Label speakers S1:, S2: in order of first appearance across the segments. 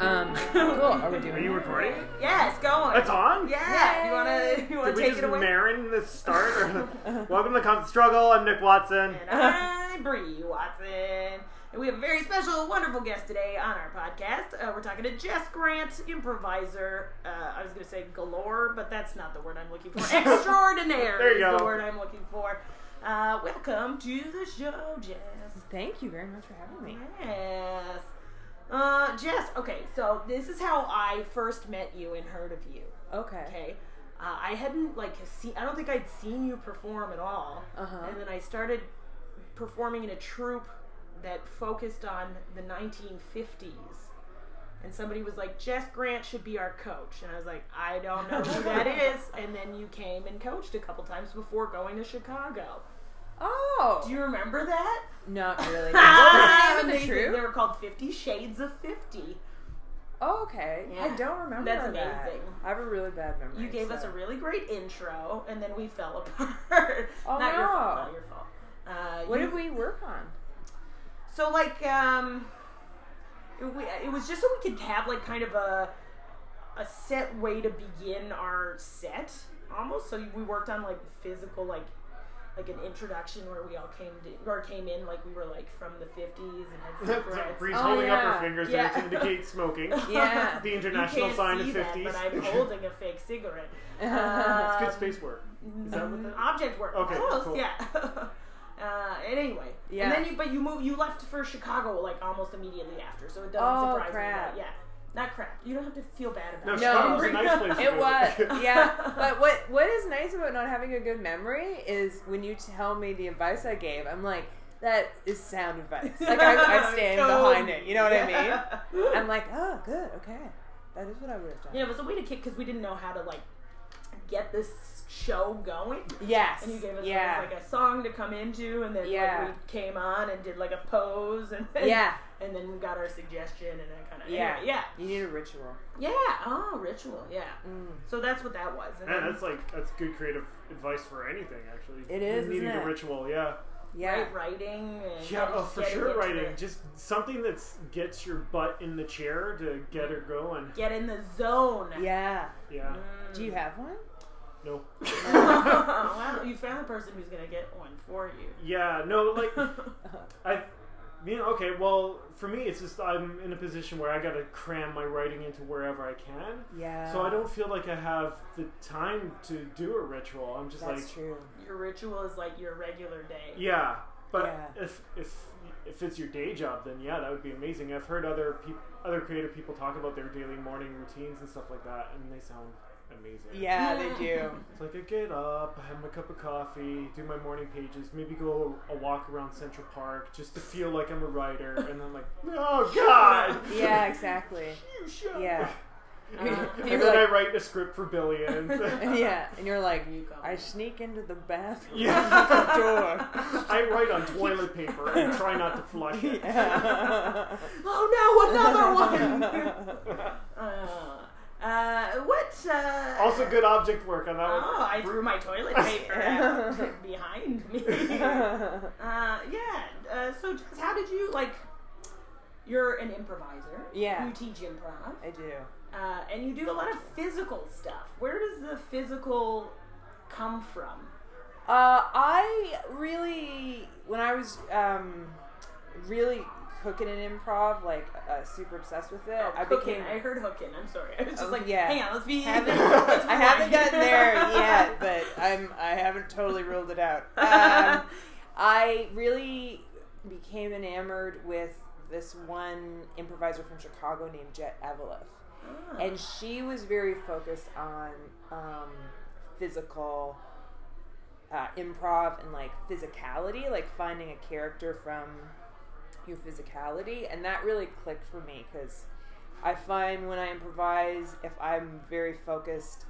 S1: Um,
S2: it away?
S3: Marin the start? Welcome to Constant Struggle. I'm Nick Watson.
S2: And I'm Bree Watson. And we have a very special, wonderful guest today on our podcast. Uh, we're talking to Jess Grant, improviser. Uh, I was going to say galore, but that's not the word I'm looking for. Extraordinaire
S3: There you
S2: is the
S3: go.
S2: word I'm looking for. Uh, welcome to the show, Jess.
S1: Thank you very much for having me.
S2: Yes. Uh, Jess, okay, so this is how I first met you and heard of you.
S1: Okay.
S2: Okay. Uh, I hadn't like seen. I don't think I'd seen you perform at all.
S1: Uh-huh.
S2: And then I started performing in a troupe that focused on the 1950s. And somebody was like, "Jess Grant should be our coach," and I was like, "I don't know who that is." And then you came and coached a couple times before going to Chicago.
S1: Oh,
S2: Do you remember that?
S1: not really.
S2: Ah,
S1: what was the name of the
S2: amazing. They
S1: troupe?
S2: were called Fifty Shades of Fifty.
S1: Oh, okay,
S2: Yeah.
S1: I don't remember.
S2: That's
S1: that.
S2: amazing.
S1: I have a really bad memory.
S2: You gave us
S1: so-
S2: a really great intro, and then we fell apart.
S1: Oh,
S2: not your fault.
S1: no.
S2: Not your fault. Uh,
S1: What
S2: you-
S1: did we work on?
S2: So like, um, it, we, it was just so we could have like kind of a a set way to begin our set, almost. So we worked on like physical, like like an introduction where we all came to, or came in like we were like from the fifties and had cigarettes.
S3: Bree's
S1: Oh,
S3: holding up
S1: yeah.
S3: her fingers
S2: Yeah.
S3: there to indicate smoking. the
S1: Yeah.
S3: international sign of
S2: see that,
S3: 50s.
S2: but I'm holding a fake cigarette.
S3: it's
S2: Um,
S3: good space work. Is that what that?
S2: Mm-hmm. object work.
S3: Okay,
S2: Close,
S3: cool.
S2: yeah. Uh, and anyway,
S1: Yeah.
S2: and then you, but you moved, you left for Chicago like almost immediately after, so it doesn't
S1: Oh,
S2: surprise
S1: crap.
S2: me. That, yeah, not crap. You don't have to feel bad
S3: No,
S2: about it.
S3: Chicago was a nice place. to
S1: It
S3: go.
S1: was, yeah. But what what is nice about not having a good memory is when you tell me the advice I gave, I'm like, that is sound advice. Like I, I stand behind it. You know what I
S2: mean?
S1: mean? I'm like, oh, good, okay, that is what I would have done.
S2: yeah, it was a way to kick because we didn't know how to like get this show going.
S1: Yes.
S2: And you gave us
S1: yeah.
S2: like a song to come into, and then
S1: Yeah.
S2: like, we came on and did like a pose, and then,
S1: yeah.
S2: and then we got our suggestion, and that kind of
S1: Yeah.
S2: anyway, yeah,
S1: You need a ritual.
S2: yeah, oh ritual, yeah.
S1: Mm.
S2: So that's what that was. And
S3: Yeah,
S2: then-
S3: that's like that's good creative advice for anything. Actually,
S1: It is,
S3: needing
S1: isn't
S3: a
S1: it?
S3: ritual. Yeah,
S1: Yeah.
S2: Right, writing. And
S3: yeah,
S2: and
S3: oh, for
S2: getting
S3: sure.
S2: into
S3: Writing
S2: it.
S3: just something that gets your butt in the chair to get her going.
S2: Get in the zone.
S1: Yeah.
S3: Yeah,
S2: Mm.
S1: Do you have one?
S3: no.
S2: wow, you found the person who's gonna get one for you.
S3: Yeah, no. Like I, you know, okay. Well, for me, it's just I'm in a position where I gotta cram my writing into wherever I can.
S1: Yeah.
S3: So I don't feel like I have the time to do a ritual. I'm just
S1: That's
S3: like,
S1: true.
S2: your ritual is like your regular day.
S3: yeah. But
S1: Yeah.
S3: if if if it's your day job, then yeah, that would be amazing. I've heard other peop other creative people talk about their daily morning routines and stuff like that, and they sound amazing.
S1: Yeah, they do.
S3: It's like I get up, I have my cup of coffee, do my morning pages, maybe go a walk around Central Park just to feel like I'm a writer, and I'm like, oh god.
S1: Yeah, exactly.
S3: You shut
S1: Yeah.
S3: up.
S2: Uh,
S3: and
S1: You're
S3: then
S1: like-
S3: I write a script for billions.
S1: yeah. And you're like,
S2: You go.
S1: I sneak into the bathroom.
S3: Yeah.
S1: the door.
S3: I write on toilet paper and try not to flush it.
S1: Yeah.
S2: oh no, another one. uh, uh, what? Uh,
S3: Also, good object work on that one.
S2: Oh, I threw my toilet paper out behind me. Uh, yeah. Uh, so, Jess, how did you like? You're an improviser.
S1: Yeah.
S2: You teach improv,
S1: I do.
S2: uh, and you do a lot of physical stuff. Where does the physical come from?
S1: Uh, I really, when I was um, really cooking in improv, like uh, super obsessed with it, Oh, I
S2: Hooking.
S1: became.
S2: Oh, I heard hooking. I'm sorry. I was just
S1: Oh,
S2: like,
S1: yeah.
S2: hang on, let's be.
S1: haven't,
S2: let's
S1: I haven't
S2: rewind.
S1: gotten there yet, but uh, I'm I haven't totally ruled it out. Um, I really became enamored with this one improviser from Chicago named Jet Eveleth,
S2: Ah.
S1: and she was very focused on um, physical uh, improv and like physicality, like finding a character from your physicality, and that really clicked for me because I find when I improvise, if I'm very focused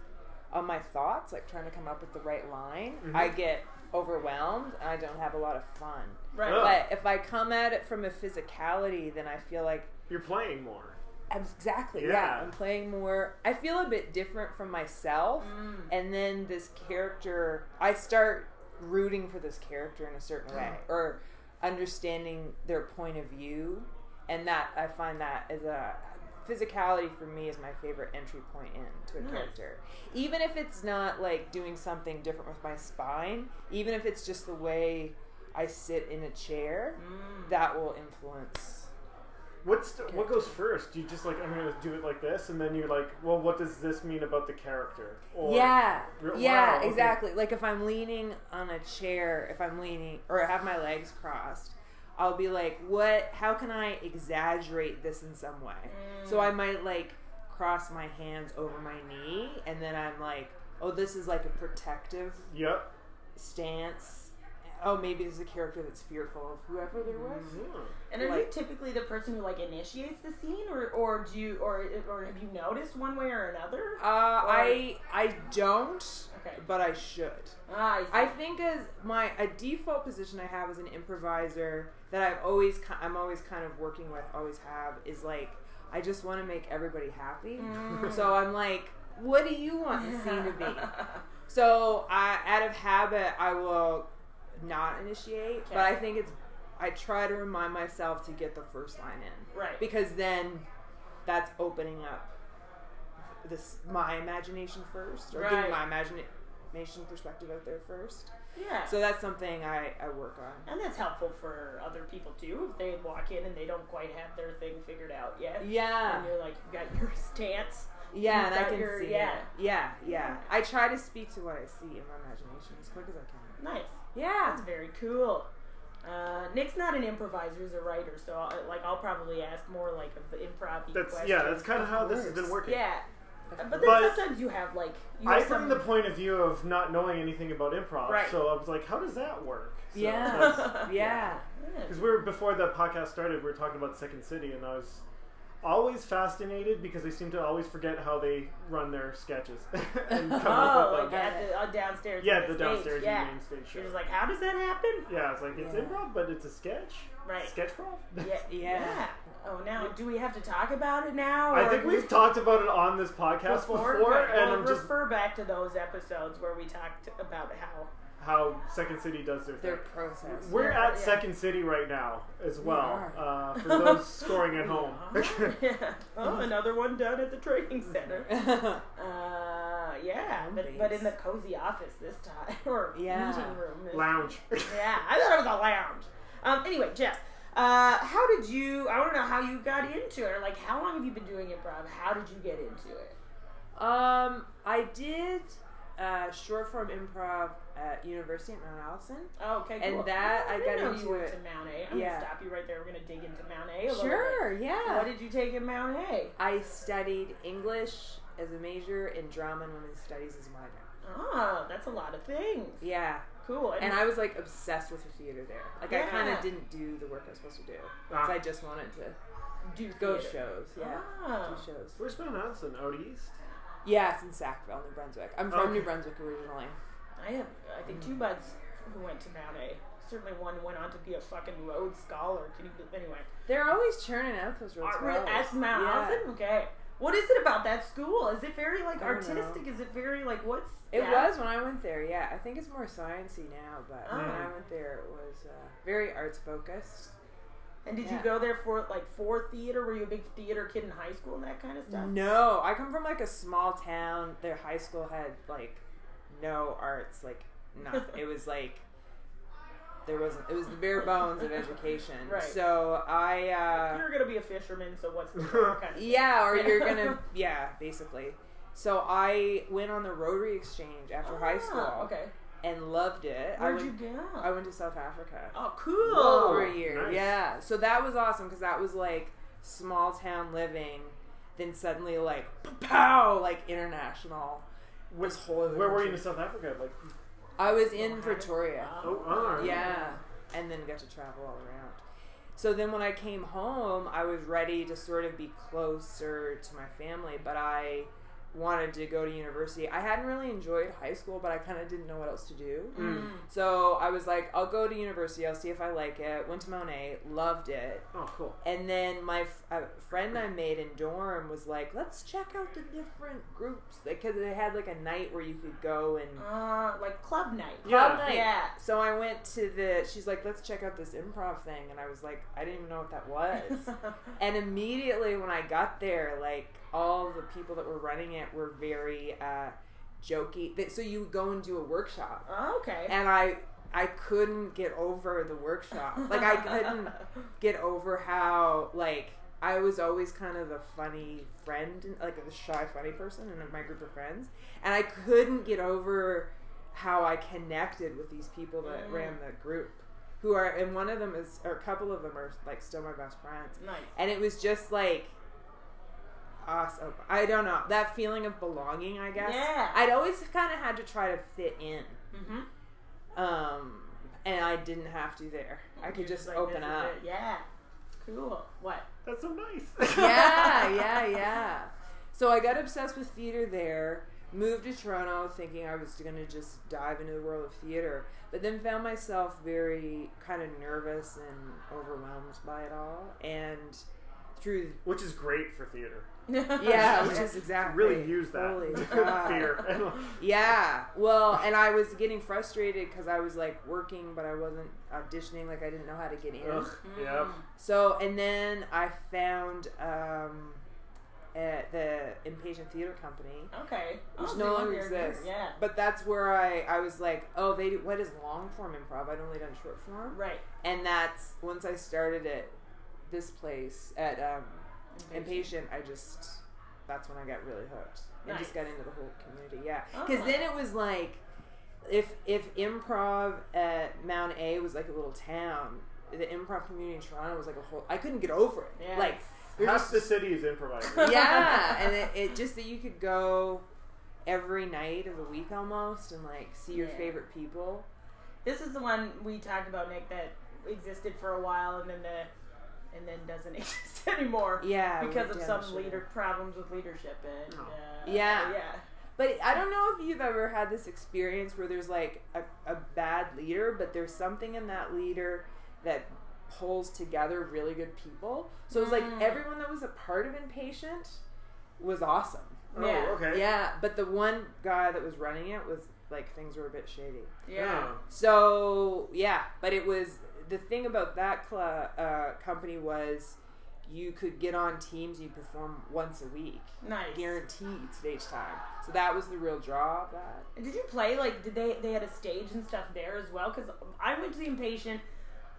S1: on my thoughts, like trying to come up with the right line, I get overwhelmed and I don't have a lot of fun.
S2: right.
S3: Oh.
S1: But if I come at it from a physicality, then I feel like
S3: You're playing more.
S1: I'm exactly yeah.
S3: Yeah.
S1: I'm playing more. I feel a bit different from myself,
S2: Mm.
S1: and then this character, I start rooting for this character in a certain way, or understanding their point of view, and that I find that as a physicality for me is my favorite entry point into a
S2: Nice.
S1: character. Even if it's not like doing something different with my spine, even if it's just the way I sit in a chair,
S2: Mm.
S1: that will influence.
S3: What's the, what goes first? Do you just like I'm gonna do it like this, and then you're like, well, what does this mean about the character? Or,
S1: yeah.
S3: Re-
S1: Yeah,
S3: wow, okay.
S1: exactly. Like if I'm leaning on a chair, if I'm leaning or I have my legs crossed, I'll be like, "What? How can I exaggerate this in some way?" So
S3: Mm.
S1: I might like cross my hands over my knee, and then I'm like, "Oh, this is like a protective
S3: Yep.
S1: stance." Oh, maybe this is a character that's fearful of whoever they're with.
S3: Hmm.
S2: And are you
S1: like-
S2: typically the person who like initiates the scene, or or do you or or have you noticed one way or another?
S1: Uh, I I don't,
S2: Okay.
S1: but I should.
S2: Ah, I see.
S1: I think as my a default position I have as an improviser that I've always ki- I'm always kind of working with, always have is like I just want to make everybody happy.
S2: Mm.
S1: So I'm like, what do you want the scene to be? So I, out of habit, I will not initiate, but
S2: Okay.
S1: I think it's I try to remind myself to get the first line in
S2: right.
S1: because then that's opening up this my imagination first or
S2: Right.
S1: getting my imagination perspective out there first.
S2: yeah.
S1: So that's something I, I work on.
S2: and that's helpful for other people too. If they walk in and they don't quite have their thing figured out yet,
S1: Yeah.
S2: and you're like, you got your stance.
S1: Yeah, and I
S2: You've got
S1: can
S2: your-
S1: see
S2: yeah.
S1: it. Yeah, yeah. I try to speak to what I see in my imagination as quick as I can.
S2: Nice.
S1: Yeah.
S2: That's very cool. Uh, Nick's not an improviser; he's a writer. So, I'll, like, I'll probably ask more like of the improv.
S3: That's yeah. That's kind of how this has
S1: course.
S3: been working.
S2: yeah. But then
S3: But-
S2: sometimes you have like you
S3: I
S2: have
S3: from
S2: some-
S3: the point of view of not knowing anything about improv,
S2: Right.
S3: so I was like, how does that work? So
S1: Yeah. Yeah.
S2: Yeah.
S3: Because we were before the podcast started, we were talking about Second City, and I was always fascinated because they seem to always forget how they run their sketches. and come up
S2: Oh,
S3: with,
S2: like
S3: like,
S2: at the uh, downstairs.
S3: yeah,
S2: on
S3: the
S2: stage,
S3: downstairs
S2: Yeah.
S3: and main stage show.
S2: She was like, "How does that happen?"
S3: yeah, it's like it's
S1: Yeah.
S3: improv, but it's a sketch.
S2: Right.
S3: Sketch prop.
S2: Yeah.
S1: Yeah.
S2: Oh, now do we have to talk about it now?
S3: I
S2: or
S3: think we've talked about it on this podcast before,
S2: Okay,
S3: and
S2: well,
S3: I'm just
S2: refer back to those episodes where we talked about how.
S3: how Second City does their thing.
S1: Their process.
S3: We're
S2: Yeah,
S3: at
S2: yeah.
S3: Second City right now as well.
S1: are.
S3: Uh, for those scoring at home,
S2: Yeah. oh, another one done at the training center. Uh, yeah,
S1: Home
S2: but, but
S1: base.
S2: in the cozy office this time, or
S1: Yeah.
S2: meeting room. this
S3: lounge.
S2: Yeah, I thought it was a lounge. Um, anyway, Jess, uh, how did you? I want to know how you got into it. Or like, how long have you been doing improv? How did you get into it?
S1: um, I did uh, short form improv at University at Mount Allison.
S2: Oh, okay,
S1: And
S2: cool.
S1: that,
S2: Oh,
S1: I
S2: didn't
S1: got
S2: know
S1: into
S2: you were
S1: it-
S2: to Mount A. I'm
S1: yeah.
S2: gonna stop you right there. We're gonna dig into Mount A. A little bit.
S1: Sure, yeah.
S2: What did you take in Mount A?
S1: I studied English as a major and drama and women's studies as a minor.
S2: Oh, that's a lot of things.
S1: Yeah.
S2: Cool.
S1: And I was like obsessed with the theater there. Like I kind
S2: Yeah.
S1: of didn't do the work I was supposed to do. 'Cause I
S3: ah,
S1: just wanted to
S2: do
S1: go
S2: theater.
S1: shows. Yeah. Do
S2: Oh.
S1: shows.
S3: where's Mount Allison? Out east.
S1: Yeah, it's in Sackville, New Brunswick. I'm from
S3: Okay.
S1: New Brunswick originally.
S2: I have, I think,
S1: Mm.
S2: two buds who went to Mount A. Certainly, one went on to be a fucking Rhodes scholar. Can you? Anyway,
S1: They're always churning out those roads.
S2: Art with S. Mount Allison? Okay. What is it about that school? Is it very like
S1: I don't know.
S2: artistic? Is it very like what's
S1: It
S2: that?
S1: was when I went there, yeah. I think it's more sciencey now, but when
S3: Oh.
S1: I went there, it was uh, very arts focused.
S2: And did you
S1: yeah.
S2: go there for like for theater? Were you a big theater kid in high school and that kind of stuff?
S1: No, I come from like a small town. Their high school had like no arts, like nothing. it was like there wasn't. It was the bare bones of education.
S2: Right.
S1: So I, uh,
S2: You're gonna be a fisherman, so what's the point? kind of
S1: yeah, or you're gonna, yeah, basically. So I went on the Rotary Exchange after high
S2: Ah,
S1: school
S2: Okay.
S1: and loved it. I
S2: Where'd
S1: went,
S2: you go?
S1: I went to South Africa.
S2: oh,
S1: Whoa,
S2: cool.
S1: for a year.
S3: nice.
S1: Yeah. So that was awesome because that was like small town living. Then suddenly, like pow, like international.
S3: Which,
S1: This whole other
S3: where were you
S1: country.
S3: in South Africa? Like,
S1: I was in Pretoria.
S3: oh, alright.
S1: Yeah, and then got to travel all around. So then, when I came home, I was ready to sort of be closer to my family, but I wanted to go to university. I hadn't really enjoyed high school, but I kind of didn't know what else to do.
S3: Mm.
S1: So I was like, I'll go to university. I'll see if I like it. Went to Monet, loved it.
S3: Oh, cool.
S1: And then my f- a friend I made in dorm was like, let's check out the different groups because they had like a night where you could go and.
S2: Uh, like club night.
S3: Yeah.
S1: Club night.
S2: Yeah.
S1: So I went to the. She's like, let's check out this improv thing, and I was like, I didn't even know what that was. and immediately when I got there, like all the people that were running it were very uh, jokey. Th- So you would go and do a workshop,
S2: Oh, okay.
S1: and I I couldn't get over the workshop. Like I couldn't get over how like I was always kind of a funny friend, like a shy, funny person in my group of friends, and I couldn't get over how I connected with these people that
S2: Mm.
S1: ran the group, who are and one of them is or a couple of them are like still my best friends,
S2: Nice.
S1: and it was just like awesome. I don't know that feeling of belonging. I guess
S2: Yeah.
S1: I'd always kind of had to try to fit in.
S2: Mm-hmm.
S1: Um, and I didn't have to there. I could just open up.
S2: Yeah. Cool. What?
S3: That's so nice.
S1: yeah, yeah, yeah. So I got obsessed with theater there, moved to Toronto thinking I was going to just dive into the world of theater, but then found myself very kind of nervous and overwhelmed by it all. And through,
S3: Which is great for theater.
S1: yeah,
S3: Which
S1: which is exactly.
S3: Really use that.
S1: Holy God.
S3: Fear.
S1: Yeah. Well, and I was getting frustrated because I was like working, but I wasn't auditioning. Like I didn't know how to get in.
S3: Ugh.
S2: Mm.
S1: Mm-hmm.
S3: Yep.
S1: So, and then I found um, at the Impatient Theater Company,
S2: Okay.
S1: which
S2: Oh,
S1: no
S2: so
S1: longer
S2: you're here.
S1: exists.
S2: Yeah.
S1: But that's where I, I was like, oh, they do, what is long form improv? I'd only done short form.
S2: Right.
S1: And that's once I started at this place at um, Impatient, I just, that's when I got really hooked and just
S2: Nice.
S1: got into the whole community. Yeah.
S2: Oh.
S1: Because then it was like, if if improv at Mount A was like a little town, the improv community in Toronto was like a whole. I couldn't get over it.
S2: Yeah.
S1: Like, you're
S3: Half
S1: just,
S3: the city is improvising.
S1: yeah, and it, it just that you could go every night of the week almost and like see your
S2: Yeah.
S1: favorite people.
S2: This is the one we talked about, Nick, that existed for a while and then the and then doesn't exist anymore
S1: Yeah,
S2: because
S1: we
S2: of
S1: did,
S2: some
S1: sure.
S2: leader problems with leadership and uh,
S3: Oh.
S1: Yeah.
S2: yeah.
S1: But I don't know if you've ever had this experience where there's like a, a bad leader, but there's something in that leader that pulls together really good people. So it's like
S2: Mm.
S1: everyone that was a part of Impatient was awesome.
S3: Oh,
S2: Yeah.
S3: okay.
S1: Yeah, but the one guy that was running it was like things were a bit shady.
S2: Yeah.
S1: So yeah, but it was the thing about that cl- uh, company was you could get on teams. You perform once a week,
S2: Nice.
S1: guaranteed stage time. So that was the real draw of that.
S2: Did you play like did they they had a stage and stuff there as well? Because I went to the Impatient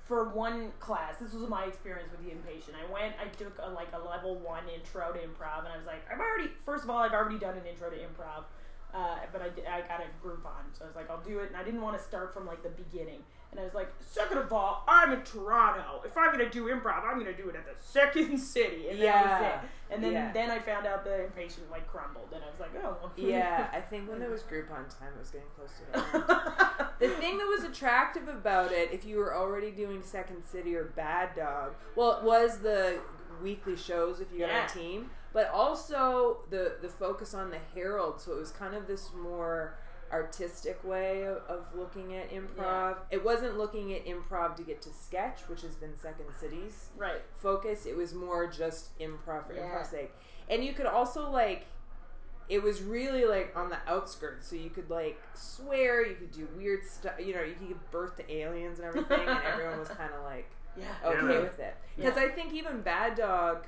S2: for one class. This was my experience with the Impatient. I went, I took a, like a level one intro to improv, and I was like, I'm already first of all, I've already done an intro to improv, uh, but I did, I got a group on, so I was like, I'll do it, and I didn't want to start from like the beginning. And I was like, second of all, I'm in Toronto. If I'm gonna do improv, I'm gonna do it at the second city, and that was
S1: Yeah.
S2: it. And then
S1: Yeah.
S2: then I found out the Impatient like crumbled, and I was like, oh, well.
S1: Yeah, I think when there was Groupon time, it was getting close to that. The thing that was attractive about it, if you were already doing Second City or Bad Dog, well, it was the weekly shows if you got
S2: Yeah.
S1: on a team, but also the the focus on the Herald. So it was kind of this more artistic way of, of looking at improv. It wasn't looking at improv to get to sketch, which has been Second City's
S2: right.
S1: focus. It was more just improv for
S2: Yeah.
S1: improv's sake. And you could also like it was really like on the outskirts, so you could like swear, you could do weird stuff, you know, you could give birth to aliens and everything, and everyone was kind of like
S2: Yeah.
S1: okay
S3: Yeah.
S1: with it. Because I think even Bad Dog,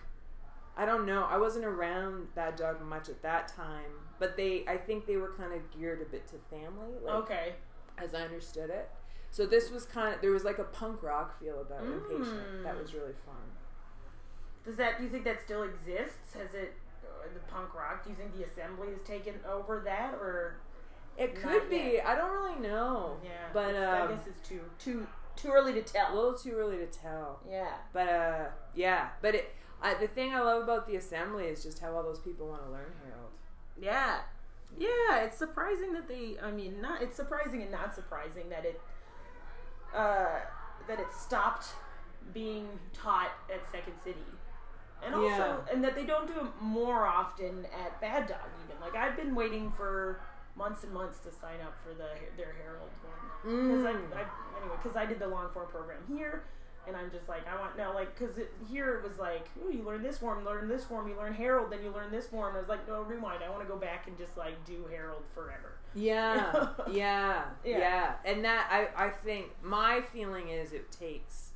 S1: I don't know, I wasn't around Bad Dog much at that time, but they, I think they were kind of geared a bit to family, like
S2: Okay.
S1: as I understood it. So this was kind of there was like a punk rock feel about Impatient that
S2: Mm.
S1: was really fun.
S2: Does that? Do you think that still exists? Has it? uh, The punk rock. Do you think the assembly has taken over that, or
S1: It
S2: Not
S1: could be.
S2: yet.
S1: I don't really know.
S2: yeah?
S1: But,
S2: it's-
S1: um,
S2: I guess it's too too too early to
S1: A
S2: tell.
S1: little too early to tell.
S2: Yeah.
S1: But uh, yeah. But it, I, the thing I love about the assembly is just how all those people want to learn Harold.
S2: Yeah. Yeah, it's surprising that they I mean not it's surprising and not surprising that it uh that it stopped being taught at Second City. and also
S1: Yeah.
S2: and that they don't do it more often at Bad Dog. Even like I've been waiting for months and months to sign up for the their Herald one because I,
S1: Mm.
S2: I anyway because I did the long form program here, and I'm just like I want no like because here it was like ooh, you learn this form, learn this form, you learn Herald, then you learn this form. I was like no rewind, I want to go back and just like do Herald forever.
S1: Yeah,
S2: Yeah.
S1: yeah,
S2: Yeah.
S1: yeah, And that I, I think my feeling is it takes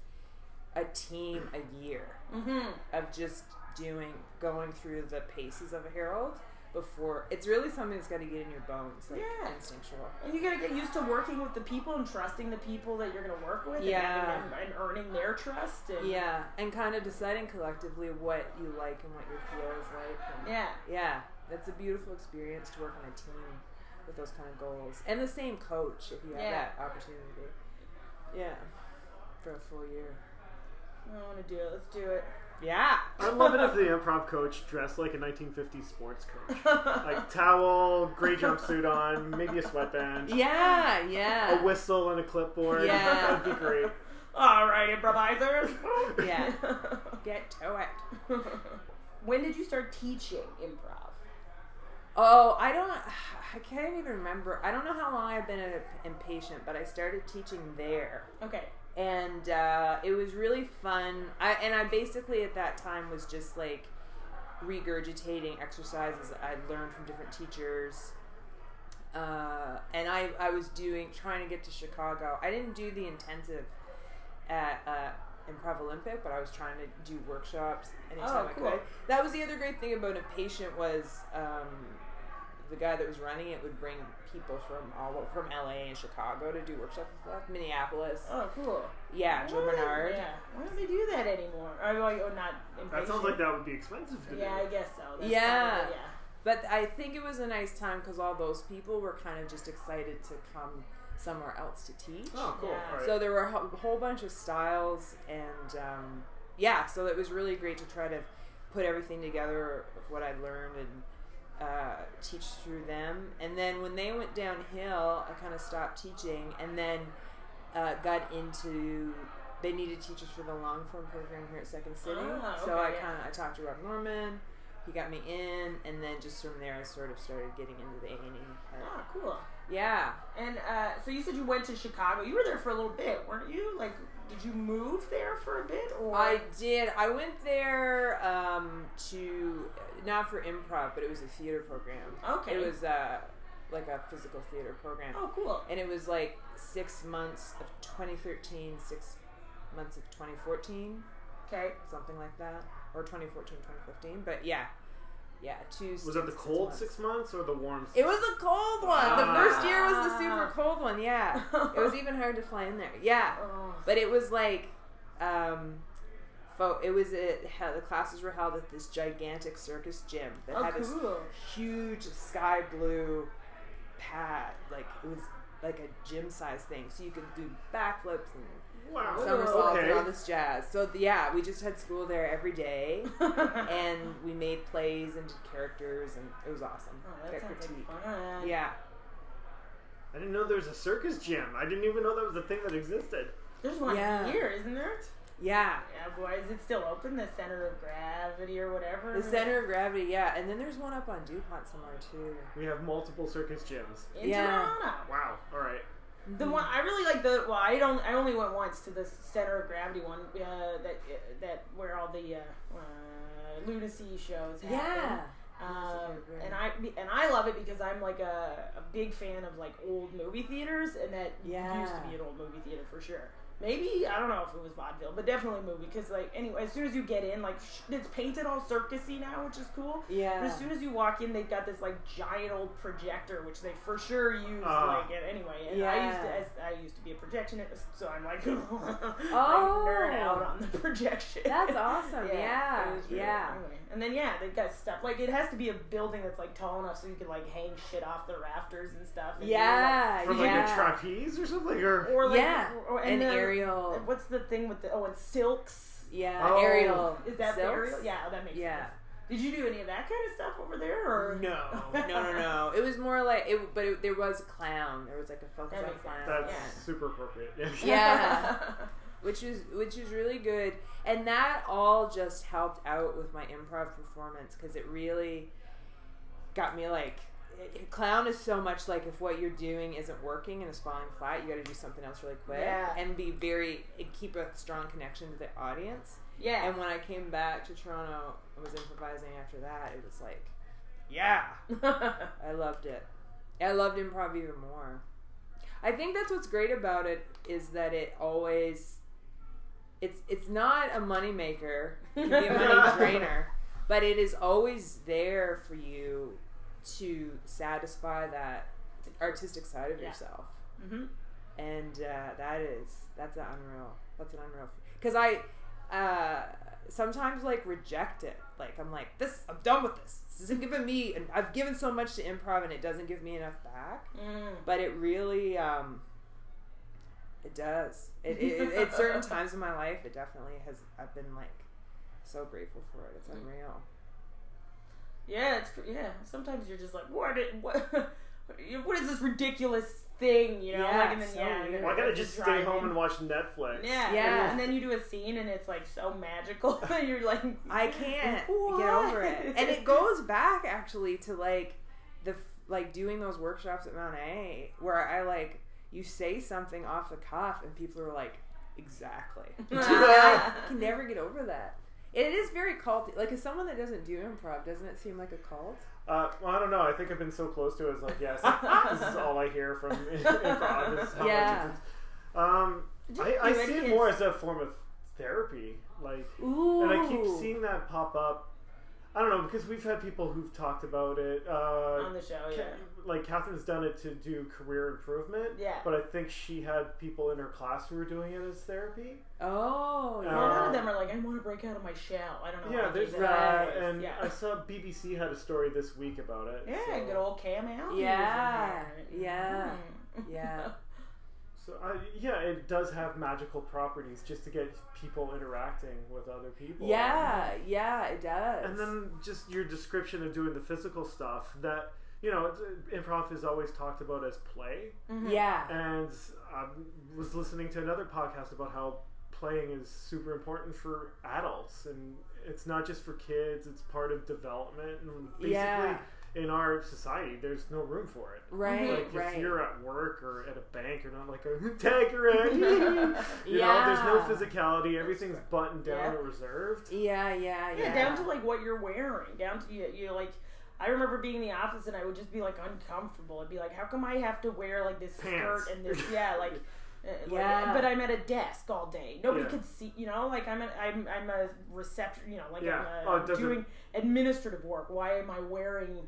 S1: a team a year
S2: Mm-hmm.
S1: of just doing going through the paces of a herald before it's really something that's got to get in your bones, like
S2: Yeah.
S1: instinctual.
S2: And you gotta get used to working with the people and trusting the people that you're gonna work with,
S1: Yeah.
S2: and, having them, and earning their trust. And,
S1: Yeah, and kind of deciding collectively what you like and what your feel is like. And
S2: yeah,
S1: yeah, that's a beautiful experience to work on a team with those kind of goals and the same coach if you have
S2: Yeah.
S1: that opportunity. Yeah, for a full year.
S2: I want to do it. Let's do it.
S1: Yeah.
S3: I love it if the improv coach dressed like a 1950s sports coach.
S2: like,
S3: Like towel, gray jumpsuit on, maybe a sweatband,
S1: Yeah,
S3: a
S1: yeah.
S3: whistle and a clipboard.
S1: Yeah.
S3: That'd be great.
S2: all right, improvisers.
S1: Yeah. Get to it.
S2: when did you start teaching improv?
S1: Oh, I don't. I can't even remember. I don't know how long I've been an impatient, but I started teaching there,
S2: Okay.
S1: and uh, it was really fun. I and I basically at that time was just like regurgitating exercises I learned from different teachers. Uh, and I, I was doing trying to get to Chicago. I didn't do the intensive at uh, Improv Olympic, but I was trying to do workshops anytime
S2: Oh,
S1: I
S2: cool.
S1: could. That was the other great thing about Impatient was um, the guy that was running it would bring people from all o- from LA and Chicago to do workshops and stuff. Minneapolis,
S2: Oh, cool.
S1: yeah, Joe
S2: Why-
S1: Bernard.
S2: Yeah. Why don't they do that anymore? Or, like, oh, not.
S3: That sounds
S2: impatient.
S3: like that would be expensive to
S2: Yeah, I
S3: do.
S2: guess so. That's
S1: Yeah.
S2: probably- yeah.
S1: But I think it was a nice time because all those people were kind of just excited to come somewhere else to teach.
S3: Oh, cool.
S2: Yeah.
S3: All right.
S1: So there were a whole- whole bunch of styles, and um, yeah, so it was really great to try to put everything together of what I learned and uh, teach through them. And then when they went downhill, I kind of stopped teaching, and then uh, got into. They needed teachers for the long form program here at Second City,
S2: Ah,
S1: so
S2: okay,
S1: I
S2: yeah.
S1: kind of I talked to Rob Norman. He got me in, and then just from there, I sort of started getting into the A and E.
S2: Oh, cool.
S1: Yeah,
S2: And uh, so you said you went to Chicago. You were there for a little bit, weren't you? Like, did you move there for a bit, or
S1: I did. I went there um, to not for improv, but it was a theater program.
S2: okay?
S1: It was uh, like a physical theater program,
S2: oh, cool.
S1: and it was like six months of 2013, six months of 2014,
S2: Okay.
S1: something like that, or 2014, 2015. But yeah, yeah, two.
S3: was that the cold six months or the warm six
S1: It was a cold one. The first year was the super
S2: Ah.
S1: cold one. Yeah, it was even hard to fly in there. Yeah.
S2: Oh,
S1: But it was like, um, fo- it was a, how the classes were held at this gigantic circus gym that
S2: oh
S1: had this
S2: cool.
S1: huge sky blue pad. Like it was like a gym size thing, so you could do backflips and
S3: Wow.
S1: somersaults
S3: okay.
S1: and all this jazz. So th- yeah, we just had school there every day,
S2: Oh,
S1: and we made plays and did characters, and it was awesome.
S2: oh, that
S1: Got
S2: sounds
S1: critique.
S2: like fun.
S1: Yeah,
S3: I didn't know there was a circus gym. I didn't even know that was a thing that existed.
S2: There's one
S1: Yeah.
S2: here, isn't there?
S1: yeah.
S2: Yeah, boy, is it still open? The center of gravity or whatever.
S1: The center of gravity, yeah, and then there's one up on Dupont somewhere too.
S3: We have multiple circus gyms.
S2: in
S1: Yeah.
S2: Toronto.
S3: Wow. All right.
S2: The one I really like the well, I don't. I only went once to the center of gravity one. Uh, that that where all the uh, uh, lunacy shows. Happen.
S1: Yeah.
S2: Um,
S1: That's a good
S2: and I and I love it because I'm like a, a big fan of like old movie theaters, and that
S1: Yeah.
S2: used to be an old movie theater for sure. Maybe I don't know if it was vaudeville, but definitely movie. Because like anyway, as soon as you get in, like sh- it's painted all circusy now, which is cool. But
S1: Yeah.
S2: as soon as you walk in, they've got this like giant old projector, which they for sure use
S3: Ah.
S2: like it anyway. And I used to
S1: Yeah.
S2: as, I used to be a projectionist, so I'm like oh.
S1: Oh.
S2: nerd out on the projection.
S1: That's awesome.
S2: it
S1: Yeah.
S2: was really-
S1: Yeah.
S2: anyway. And then yeah, they've got stuff like it has to be a building that's like tall enough so you can like hang shit off the rafters and stuff. And
S1: Yeah.
S3: From like a
S1: Uh, yeah.
S3: trapeze or something, or
S2: you're, Like, or like
S1: Yeah.
S2: or, or-
S1: An
S2: and the-
S1: aerial.
S2: What's the thing with the oh and silks?
S1: Yeah.
S3: Oh.
S1: Aerial.
S2: Is that the
S1: silks?
S2: aerial? Yeah, that makes
S1: Yeah.
S2: sense. Did you do any of that kind of stuff over there? Or
S3: no.
S1: No, no, no. It was more like it, but it, there was a clown. There was like a focus
S2: That
S1: on
S2: makes sense.
S1: clown.
S3: That's
S2: Yeah.
S3: super appropriate.
S1: Yeah. which is which is really good and that all just helped out with my improv performance because it really got me like it- clown is so much like if what you're doing isn't working and it's falling flat you got to do something else really quick
S2: Yeah.
S1: and be very and keep a strong connection to the audience
S2: Yeah.
S1: and when i came back to toronto i was improvising after that it was like yeah I loved it. I loved improv even more. I think that's what's great about it is that it always it's it's not a moneymaker, it can be a money drainer, but it is always there for you to satisfy that artistic side of
S2: Yeah.
S1: yourself.
S2: hmm
S1: And uh, that is that's an unreal. That's an unreal cuz I uh, sometimes like reject it. Like I'm like this I'm done with this. This isn't giving me and I've given so much to improv and it doesn't give me enough back
S2: Mm.
S1: but it really um it does it, it, at certain times in my life it definitely has i've been like so grateful for it it's
S2: Mm.
S1: unreal
S2: Yeah, it's cr- yeah. Sometimes you're just like, what? It, what? What is this ridiculous thing? You know,
S1: Yeah,
S2: like, and then
S1: so
S2: yeah,
S1: weird.
S2: you're
S3: Well, I gotta
S2: like
S3: just stay
S2: driving.
S3: home and watch Netflix.
S2: Yeah,
S1: Yeah.
S2: And then you do a scene, and it's like so magical that you're like,
S1: i can't
S2: What?
S1: get over it and it goes back actually to like the f- like doing those workshops at mount a where i like you say something off the cuff and people are like exactly i can never get over that it is very culty like as someone that doesn't do improv doesn't it seem like a cult
S3: Uh, well, I don't know. I think I've been so close to it. It's like, yes, this is all I hear from improv. Is how
S1: Yeah.
S3: Much it's, um, I, I
S2: Do
S3: see it
S2: any
S3: more
S2: kids-
S3: as a form of therapy. Like,
S1: Ooh.
S3: and I keep seeing that pop up. I don't know because we've had people who've talked about it. Uh,
S2: on the show. Yeah,
S3: Ca- Like Catherine's done it to do career improvement.
S2: Yeah.
S3: But I think she had people in her class who were doing it as therapy.
S1: Oh,
S2: a lot
S3: Uh,
S2: of them are like, I want to break out of my shell. I don't know.
S3: yeah,
S2: why
S3: there's
S2: they do
S3: that,
S2: that.
S3: and
S2: Oh, yeah,
S3: I saw BBC had a story this week about it.
S2: yeah,
S3: so,
S2: good old Cam Allen. was in
S1: Yeah,
S2: there.
S1: yeah,
S2: Mm.
S1: yeah.
S3: So I, yeah, it does have magical properties just to get people interacting with other people.
S1: yeah, yeah, it does.
S3: And then just your description of doing the physical stuff that you know it's- uh, improv is always talked about as play.
S2: Mhm.
S1: yeah,
S3: And I was listening to another podcast about how playing is super important for adults, and it's not just for kids. It's part of development, and basically
S1: Yeah.
S3: in our society, there's no room for it.
S1: right,
S3: Like
S1: right.
S3: if you're at work or at a bank, you're not like a tag you're at. you know, there's no
S1: Yeah.
S3: physicality. Everything's buttoned down
S2: Yeah.
S3: or reserved.
S1: yeah, yeah, yeah,
S2: Yeah, down to like what you're wearing, down to you, you like. I remember being in the office and I would just be like uncomfortable. I'd be like, how come I have to wear like this
S3: Pants.
S2: skirt and this, yeah, like, uh, like,
S1: Yeah.
S2: but I'm at a desk all day. Nobody
S3: Yeah.
S2: could see, you know, like I'm, a, I'm, I'm a reception, you know, like
S3: Yeah.
S2: I'm, a,
S3: Oh, it doesn't-
S2: doing administrative work. Why am I wearing,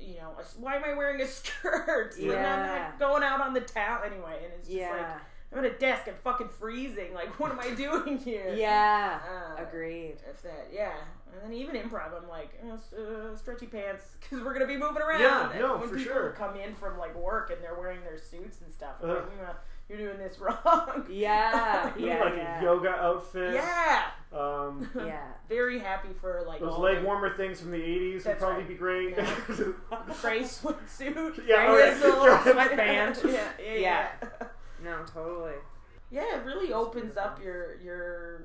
S2: you know, a s why am I wearing a skirt when I'm
S1: Yeah.
S2: not going out on the town anyway? And it's just like,
S1: yeah,
S2: I'm at a desk, I'm fucking freezing. Like, what am I doing here?
S1: yeah.
S2: Uh,
S1: Agreed.
S2: if that, yeah. And then even improv, I'm like, uh, s- uh, stretchy pants, because we're going to be moving around.
S3: Yeah,
S2: And
S3: no,
S2: when
S3: for
S2: people
S3: sure. Uh-huh.
S2: come in from, like, work and they're wearing their suits and stuff, I'm
S3: Ugh.
S2: like, "Mm, uh, you're doing this wrong.
S1: Yeah,
S3: You need,
S1: yeah,
S3: like a
S1: yeah.
S3: yoga outfit.
S2: Yeah.
S3: Um,
S1: yeah.
S2: Very happy for, like,
S3: those
S2: all
S3: leg
S2: the
S3: warmer things from the 80s would
S2: That's
S3: probably
S2: right.
S3: be great.
S2: Yeah. gray sweatsuit.
S3: Yeah,
S2: gray
S3: all right.
S2: whistle,
S3: Yeah.
S2: sweatband. yeah, yeah, yeah. yeah.
S1: No, totally.
S2: it really
S1: That's
S2: opens up
S1: beautiful.
S2: your, your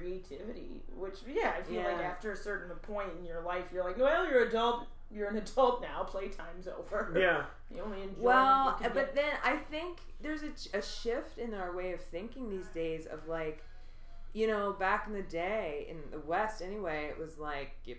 S2: creativity, which, yeah, I feel
S1: Yeah.
S2: like after a certain point in your life, you're like, well, you're adult. You're an adult now. Playtime's over.
S3: yeah.
S2: The only enjoyment
S1: Well,
S2: you can
S1: but then I think there's a, ch- a shift in our way of thinking these days of like, you know, back in the day in the West anyway, it was like you,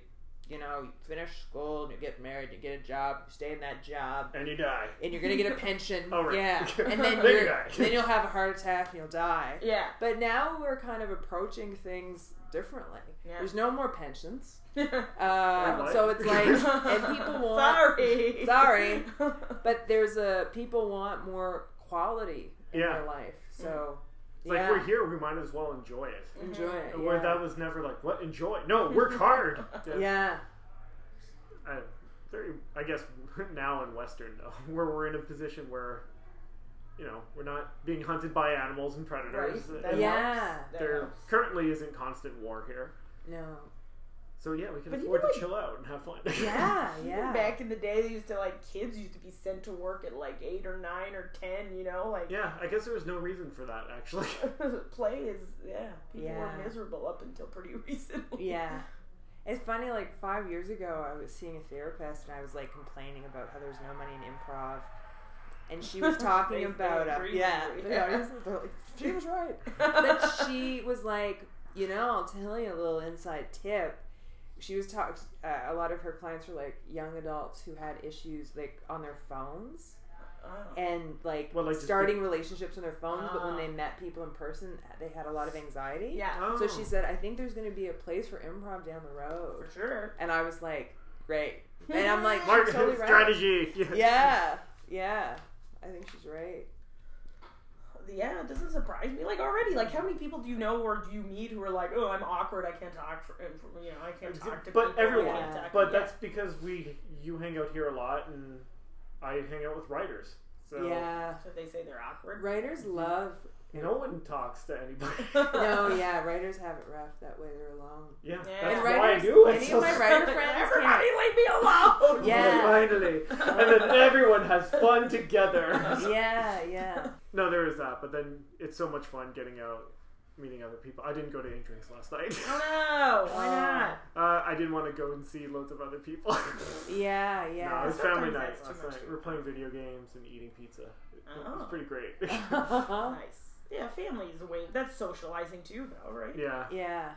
S1: you know, you finish school and you get married, you get a job, you stay in that job,
S3: And you die.
S1: and you're gonna get a pension.
S3: Oh, right.
S1: Yeah, and then
S3: Then you
S1: you're,
S3: die.
S1: then you'll have a heart attack and you'll die.
S2: get. yeah,
S1: But now we're kind of approaching things differently.
S2: Yeah.
S1: There's no more pensions,
S3: Yeah,
S1: uh,
S3: what?
S1: so it's like, and people want
S2: Sorry.
S1: Sorry. but there's a people want more quality in
S3: Yeah. Mm.
S1: their life. So
S3: It's
S1: yeah,
S3: like we're here, we might as well enjoy it.
S1: enjoy it.
S3: Where
S1: yeah.
S3: that was never like, what? Enjoy. No, work hard.
S1: yeah.
S3: I, very, I guess now in Western though, where we're in a position where, you know, we're not being hunted by animals and predators.
S2: Right.
S3: and
S2: That
S1: Yeah.
S2: helps. That
S3: There
S2: helps.
S3: currently isn't constant war here,
S1: No.
S3: So yeah, we can
S2: But even,
S3: afford to
S2: like-
S3: chill out and have fun.
S1: Yeah,
S2: Even
S1: yeah.
S2: back in the day, they used to like kids used to be sent to work at like eight or nine or ten. You know, like
S3: yeah. I guess there was no reason for that actually.
S2: play is yeah. People were
S1: Yeah.
S2: miserable up until pretty recently.
S1: Yeah. It's funny, like five years ago, I was seeing a therapist and I was like complaining about how there's no money in improv. And she was
S2: They-
S1: talking
S2: they
S1: about, uh,
S2: agree with
S1: yeah,
S2: you,
S1: the
S2: yeah.
S1: audience was like, she was right.
S2: but
S1: But she was like, you know, I'll tell you a little inside tip. She was talking, uh, a lot of her clients were like young adults who had issues like on their phones and like,
S3: Well, like, just
S1: starting relationships on their phones, but
S2: Ah.
S1: when they met people in person, they had a lot of anxiety.
S2: yeah,
S3: Oh.
S1: So she said, I think there's going to be a place for improv down the
S2: for
S1: road.
S2: sure.
S1: And I was like, great. And I'm like, she's
S3: marketing
S1: totally right.
S3: strategy.
S1: Yeah, yeah. I think she's right.
S2: Yeah, it doesn't surprise me. Like already, like how many people do you know or do you meet who are like, oh, I'm awkward. I can't talk. For, you know, I can't talk to
S3: But
S2: people. I
S3: everyone-
S2: can't talk-
S3: But
S2: yeah.
S3: that's because we you hang out here a lot and I hang out with writers. So
S1: Yeah.
S2: So Mm-hmm. they say they're awkward.
S1: Writers love.
S3: no one talks to anybody.
S1: No, yeah, writers have it rough. That way they're alone.
S3: Yeah,
S2: Yeah.
S3: that's
S2: And
S3: why I
S1: writers-
S3: do it.
S1: many of my writer friends
S2: Everybody, leave me alone.
S1: Yeah.
S3: Finally. And then everyone has fun together.
S1: Yeah, yeah.
S3: No, there is that, but then it's so much fun getting out, meeting other people. I didn't go to any drinks last night.
S2: Oh no! Why not?
S3: Uh, I didn't want to go and see loads of other people.
S1: Yeah,
S3: no, it
S1: yeah.
S3: was family
S2: Sometimes
S3: night
S2: that's too
S3: last
S2: much
S3: night.
S2: to
S3: We're playing video games and eating pizza. It, it was
S2: Oh.
S3: pretty great.
S2: Nice. Yeah, family is a way. That's socializing too, though, right?
S3: yeah,
S1: yeah.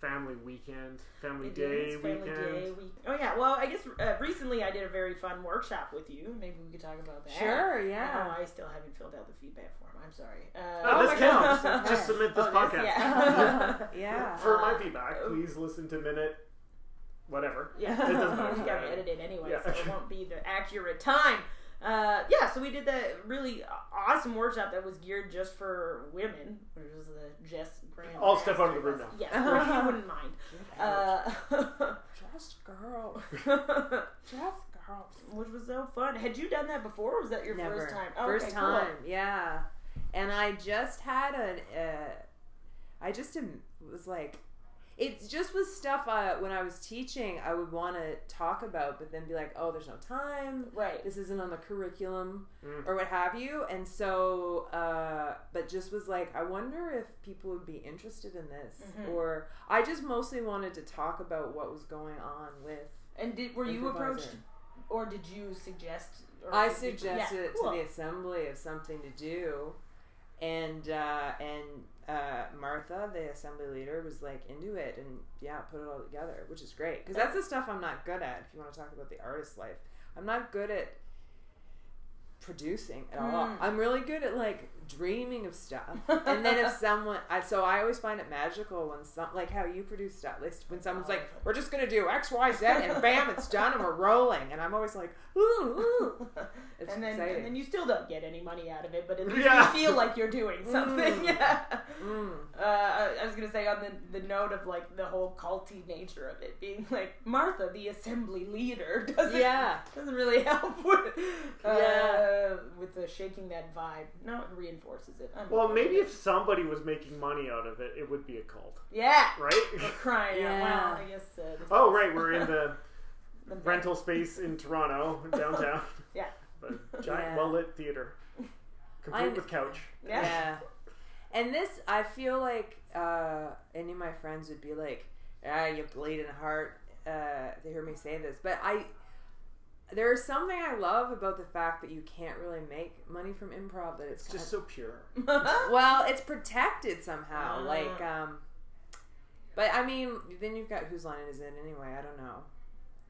S3: family weekend, family
S2: It
S3: day
S2: is family
S3: weekend.
S2: day week. Oh yeah. Well, I guess uh, recently I did a very fun workshop with you. Maybe we could talk about that.
S1: Sure,
S2: Oh,
S1: yeah.
S2: I still haven't filled out the feedback form. I'm sorry.
S3: Oh,
S2: Uh,
S1: Oh my
S3: this
S1: God.
S3: counts.
S1: Okay.
S3: Just submit this
S2: Oh,
S3: podcast.
S2: this-
S1: yeah.
S2: yeah.
S3: For my
S2: Uh,
S3: feedback, please listen to minute, whatever.
S2: Yeah,
S3: It doesn't
S2: we
S3: matter.
S2: gotta edit it anyway,
S3: Yeah.
S2: so it won't be the accurate time. Uh, yeah, so we did that really awesome workshop that was geared just for women, which was the Jess Graham.
S3: I'll step out of the room now.
S2: Yes, well, you wouldn't mind. Uh,
S1: Just girl. Just girl.
S2: which was so fun. Had you done that before? Or was that your
S1: Never.
S2: first time? Oh,
S1: First
S2: okay, cool.
S1: time, yeah. And I just had an. Uh, I just am, was like, it's just with stuff uh, when I was teaching, I would want to talk about, but then be like, oh, there's no time.
S2: Right.
S1: This isn't on the curriculum
S3: Mm.
S1: or what have you. And so, uh, but just was like, I wonder if people would be interested in this.
S2: Mhm.
S1: Or I just mostly wanted to talk about what was going on with.
S2: And did were you
S1: improviser.
S2: approached, or did you suggest? Or
S1: I
S2: did you-
S1: suggested
S2: yeah,
S1: it to
S2: cool.
S1: the assembly of something to do, and uh, and uh, Martha, the assembly leader, was like into it, and yeah, put it all together, which is great because that's the stuff I'm not good at. If you want to talk about the artist life, I'm not good at producing at all.
S2: Mm.
S1: I'm really good at like dreaming of stuff, and then if someone, I, so I always find it magical when some like how you produce stuff, like when someone's like,
S2: Oh.
S1: "We're just gonna do X, Y, Z," and bam, it's done, and we're rolling, and I'm always like, "Ooh, ooh." It's
S2: and then
S1: exciting.
S2: and then you still don't get any money out of it, but at least
S3: Yeah.
S2: you feel like you're doing something.
S1: Mm.
S2: Yeah.
S1: Mm.
S2: Uh, I- I was gonna say on the the note of like the whole culty nature of it being like Martha, the assembly leader, doesn't
S1: Yeah.
S2: doesn't really help with uh,
S1: Yeah.
S2: with the shaking that vibe. No, it reinforces it. I'm
S3: Well,
S2: okay
S3: maybe
S2: with
S3: if somebody was making money out of it, it would be a cult,
S2: it. yeah,
S3: right?
S2: we're crying out
S1: Yeah.
S2: loud. I guess. Uh, the-
S3: Oh, right. We're in the
S2: the
S3: rental space in Toronto, downtown.
S2: Yeah.
S3: But giant,
S1: Yeah.
S3: well lit theater. Complete
S1: I'm-
S3: with couch.
S2: Yeah.
S1: Yeah. And this, I feel like uh, any of my friends would be like, ah, you bleeding heart. Uh, they hear me say this. But I, there is something I love about the fact that you can't really make money from improv, that it's,
S3: It's
S1: kind
S3: just so pure.
S2: Uh-huh.
S1: of, well, it's protected somehow.
S2: Ah.
S3: Mm.
S1: Like, um, but I mean, then you've got whose line it is it anyway? I don't know.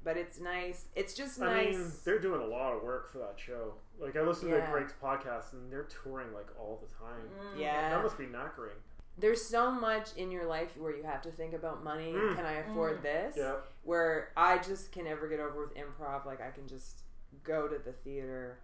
S1: But it's nice. It's just
S3: I
S1: nice.
S3: mean, they're doing a lot of work for that show. Like, I listen to
S1: Yeah. Mm.
S3: Greg's podcast, and they're touring, like, all the time.
S1: yeah.
S3: That must be knackering.
S1: there's so much in your life where you have to think about money.
S3: Mm.
S1: Can I afford
S2: Mm.
S1: this?
S3: Yeah.
S1: Where I just can never get over with improv. Like I can just go to the theater,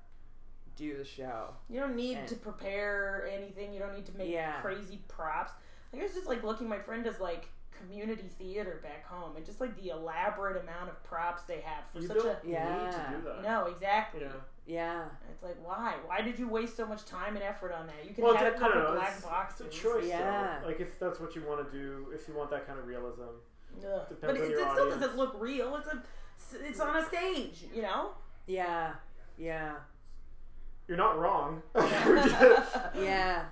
S1: do the show.
S2: You don't need
S1: And-
S2: to prepare anything. You don't need to make
S1: Yeah.
S2: crazy props. Like I was just like looking. My friend does like community theater back home, and just like the elaborate amount of props they have for
S3: You
S2: such
S3: don't
S2: a
S3: need
S1: Yeah.
S3: to do that.
S2: no, exactly.
S3: Yeah.
S1: Yeah,
S2: It's like why? Why did you waste so much time and effort on that? You could
S3: Well,
S2: have a
S3: it's a- no,
S2: couple
S3: no,
S2: black
S3: it's-
S2: boxes.
S3: It's a choice,
S1: Yeah.
S3: though. Like, if that's what you want to do, if you want that kind of realism.
S2: Ugh.
S3: Depends
S2: But
S3: on
S2: it, it
S3: your
S2: still
S3: audience.
S2: doesn't look real. It's a, it's on a stage, you know.
S1: Yeah. Yeah.
S3: You're not wrong.
S1: Yeah.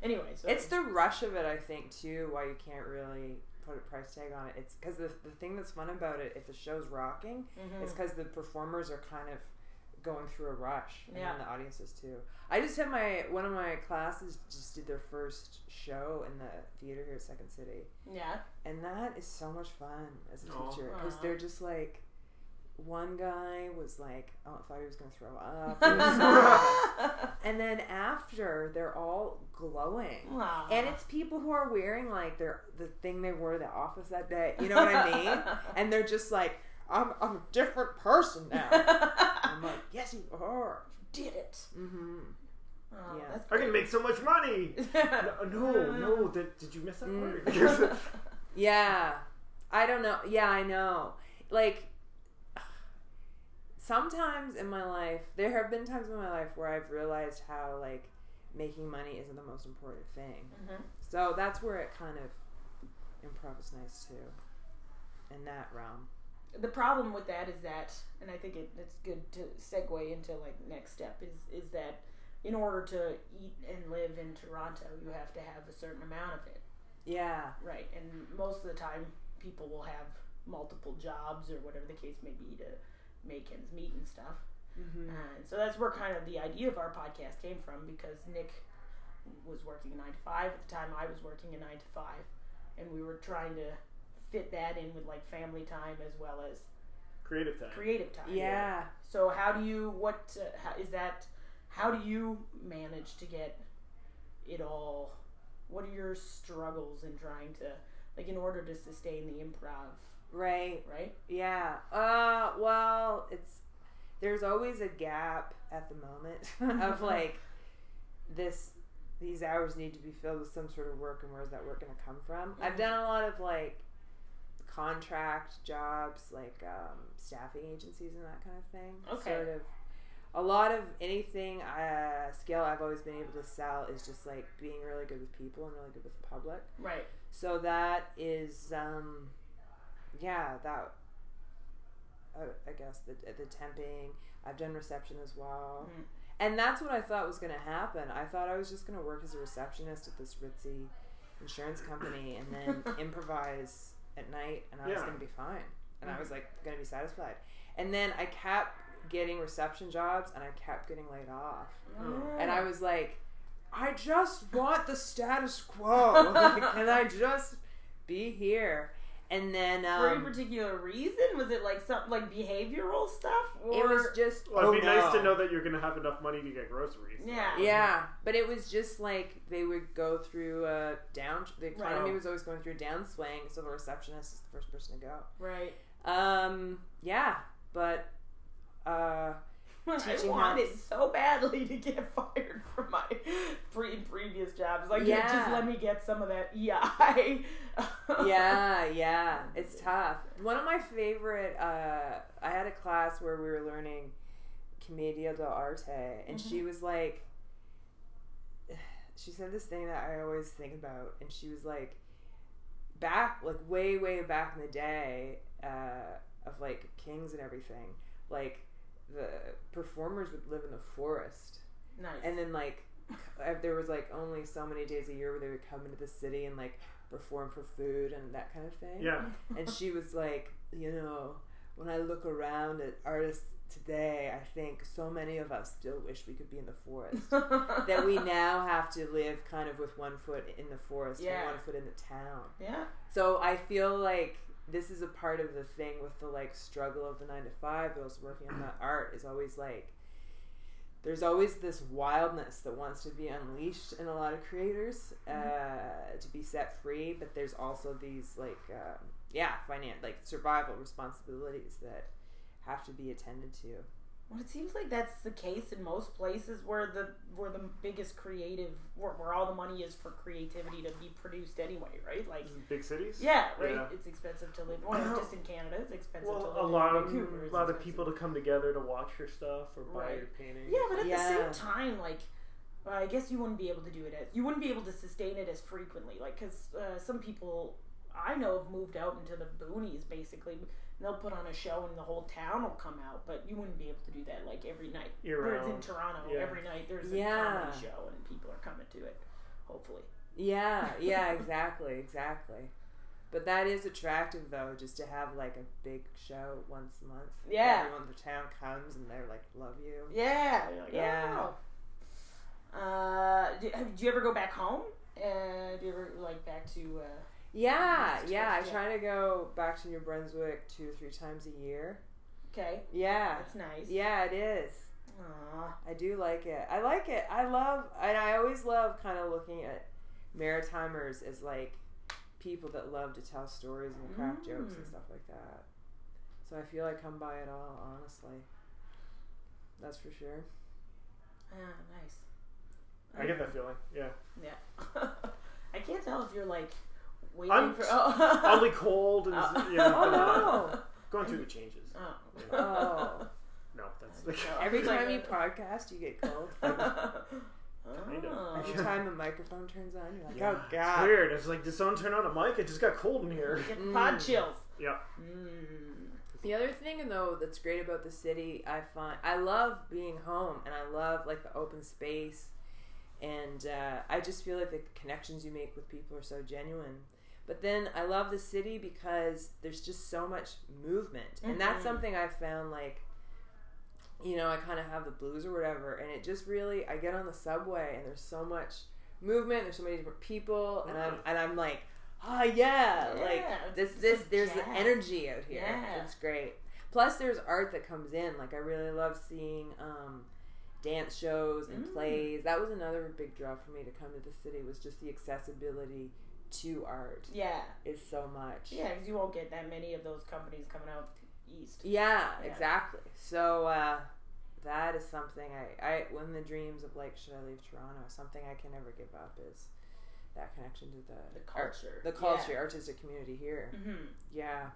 S2: Anyway, so
S1: It's the rush of it, I think, too, why you can't really put a price tag on it. It's because the, the thing that's fun about it, if the show's rocking,
S2: Mm-hmm.
S1: it's
S2: Mm.
S1: because the performers are kind of going through a rush, and
S2: Yeah.
S1: then the audiences too. I just had my one of my classes just did their first show in the theater here at Second City,
S2: yeah.
S1: and that is so much fun as a
S3: Aw.
S1: teacher because
S2: Aw.
S1: they're just like. One guy was like, "Oh, I thought he was gonna throw up," It was so- and then after they're all glowing.
S2: Aw.
S1: And it's people who are wearing like their the thing they wore to the office that day. You know what I mean? and they're just like, I'm, I'm a different person now. I'm like, yes, you are.
S2: did it.
S1: Mm-hmm.
S2: Oh,
S1: Yeah.
S2: that's
S3: I can make so much money.
S2: great.
S3: No, no, no did, did you miss that
S1: Mm.
S3: part?
S1: Yeah, I don't know. Yeah, I know. Like sometimes in my life, there have been times in my life where I've realized how like making money isn't the most important thing.
S2: Mhm.
S1: So that's where it kind of improv is nice too. In that realm.
S2: the problem with that is that, and I think it, it's good to segue into like next step is is that in order to eat and live in Toronto, you have to have a certain amount of it,
S1: Yeah.
S2: right? And most of the time, people will have multiple jobs or whatever the case may be to make ends meet and stuff.
S1: Mm-hmm.
S2: And so that's where kind of the idea of our podcast came from because Nick was working a nine to five at the time I was working a nine to five, and we were trying to fit that in with like family time as well as
S3: Creative time.
S2: creative time.
S1: Yeah.
S2: So how do you what uh, how, is that? How do you manage to get it all? What are your struggles in trying to like in order to sustain the improv?
S1: Right.
S2: Right.
S1: Yeah. Uh well, it's there's always a gap at the moment of like this these hours need to be filled with some sort of work and where's that work going to come from? I've done a lot of like contract jobs, like um, staffing agencies and that kind of thing.
S2: Okay.
S1: Sort of a lot of anything uh, skill I've always been able to sell is just like being really good with people and really good with the public.
S2: Right.
S1: So that is, um, yeah, that. Uh, I guess the the temping. I've done reception as well,
S2: Mhm.
S1: and that's what I thought was going to happen. I thought I was just going to work as a receptionist at this ritzy insurance company, and then improvise at night, and I was
S3: Yeah.
S1: going to be fine, and I was like going to be satisfied. And then I kept getting reception jobs, and I kept getting laid off, and I was like, I just want the status quo. Like, can I just be here? And then
S2: For any
S1: um,
S2: particular reason? Was it like something like behavioral stuff? Or
S1: it was just
S3: Well, it'd
S1: oh,
S3: be nice
S1: no.
S3: to know that you're gonna have enough money to get groceries.
S2: Yeah.
S1: Yeah, but it was just like they would go through a down. The economy
S3: Right.
S1: was always going through a downswing, so the receptionist is the first person to go.
S2: right.
S1: Um, yeah, but uh,
S2: I
S1: Teaching
S2: wanted
S1: helps.
S2: so badly to get fired from my pre- previous jobs. Like, yeah, just
S1: Yeah.
S2: let me get some of that E EI.
S1: yeah, yeah, it's tough. One of my favorite. Uh, I had a class where we were learning commedia dell'arte, and she was like, she said this thing that I always think about, and she was like, back like way way back in the day uh, of like kings and everything, like the performers would live in the forest
S2: Nice.
S1: and then like if there was like only so many days a year where they would come into the city and like perform for food and that kind of thing
S3: Yeah.
S1: and she was like you know when i look around at artists today i think so many of us still wish we could be in the forest that we now have to live kind of with one foot in the forest
S2: Yeah.
S1: and one foot in the town
S2: yeah.
S1: so i feel like this is a part of the thing with the like struggle of the nine to five but also working on that art is always like there's always this wildness that wants to be unleashed in a lot of creators uh, to be set free but there's also these like um yeah finance like survival responsibilities that have to be attended to
S2: Well, it seems like that's the case in most places where the where the biggest creative where, where all the money is for creativity to be produced anyway, right? Like,
S3: Big cities.
S2: yeah, right.
S3: Yeah.
S2: It's expensive to live. Well, just in Canada, it's expensive to
S3: Well,
S2: live.
S3: a
S2: in
S3: lot of
S2: Vancouver,
S3: a
S2: it's
S3: lot of
S2: expensive.
S3: people to come together to watch your stuff or buy
S2: Right.
S3: your paintings.
S2: Yeah, but at
S1: Yeah.
S2: the same time, like, well, I guess you wouldn't be able to do it as you wouldn't be able to sustain it as frequently, like, because uh, some people I know have moved out into the boonies basically. And they'll put on a show and the whole town will come out, but you wouldn't be able to do that like every night. Whereas in
S3: Year-round.
S2: Toronto,
S3: Yeah.
S2: every night there's a
S1: Yeah.
S2: comedy show and people are coming to it. Hopefully,
S1: Yeah, yeah, exactly, exactly. But that is attractive though, just to have like a big show once a month.
S2: Yeah.
S1: Everyone in the town comes and they're like, love you.
S2: yeah, You're like,
S1: Yeah.
S2: "Oh." Uh, do, have- do you ever go back home? Uh, do you ever like back to? Uh,
S1: Yeah,
S2: That's
S1: yeah. I
S2: true,
S1: try to go back to New Brunswick two or three times a year.
S2: okay,
S1: Yeah.
S2: that's nice.
S1: Yeah, it is.
S2: Aw.
S1: I do like it. I like it. I love, and I always love kind of looking at Maritimers as like people that love to tell stories and crack jokes and
S2: Mm.
S1: stuff like that. So I feel like I'm by it all, honestly. That's for sure.
S2: Ah, nice.
S3: I get that feeling. Yeah.
S2: Yeah. I can't tell if you're like waiting
S3: I'm
S2: for.
S3: s-
S2: Oh,
S3: Oddly cold and
S2: Oh.
S3: yeah,
S1: Oh, no.
S3: going through the changes.
S2: Oh.
S1: Oh.
S3: No, that's the
S1: Every
S2: Like
S1: time
S2: a-
S1: you podcast, you get cold.
S2: Oh.
S3: Kinda.
S1: Every time the microphone turns on, you're like,
S3: Yeah,
S1: oh god.
S3: It's weird. It's like, did someone turn on a mic? It just got cold in here.
S2: Get
S1: Mm.
S2: pod chills.
S3: Yeah.
S2: Mm.
S1: The other thing though that's great about the city, I find I love being home and I love like the open space, and uh, I just feel like the connections you make with people are so genuine. But then I love the city because there's just so much movement, and that's
S2: Mhm.
S1: something I found like, you know, I kind of have the blues or whatever, and it just really I get on the subway and there's so much movement, there's so many different people, and I'm
S3: Right.
S1: and I'm like, ah yeah,
S2: Yeah,
S1: like this
S2: it's
S1: this
S2: like
S1: there's the
S2: jazz.
S1: energy out here.
S2: Yeah.
S1: It's great. Plus, there's art that comes in. Like, I really love seeing um, dance shows and
S2: Mm.
S1: plays. That was another big draw for me to come to the city was just the accessibility to art
S2: Yeah.
S1: is so much.
S2: Yeah, because you won't get that many of those companies coming out east.
S1: Yeah,
S2: Yeah.
S1: exactly. So uh, that is something I, I one of the dreams of like should I leave Toronto? Something I can never give up is that connection to the
S2: The
S1: art-
S2: culture.
S1: the culture, artistic community here.
S2: Yeah. hmm
S1: Yeah,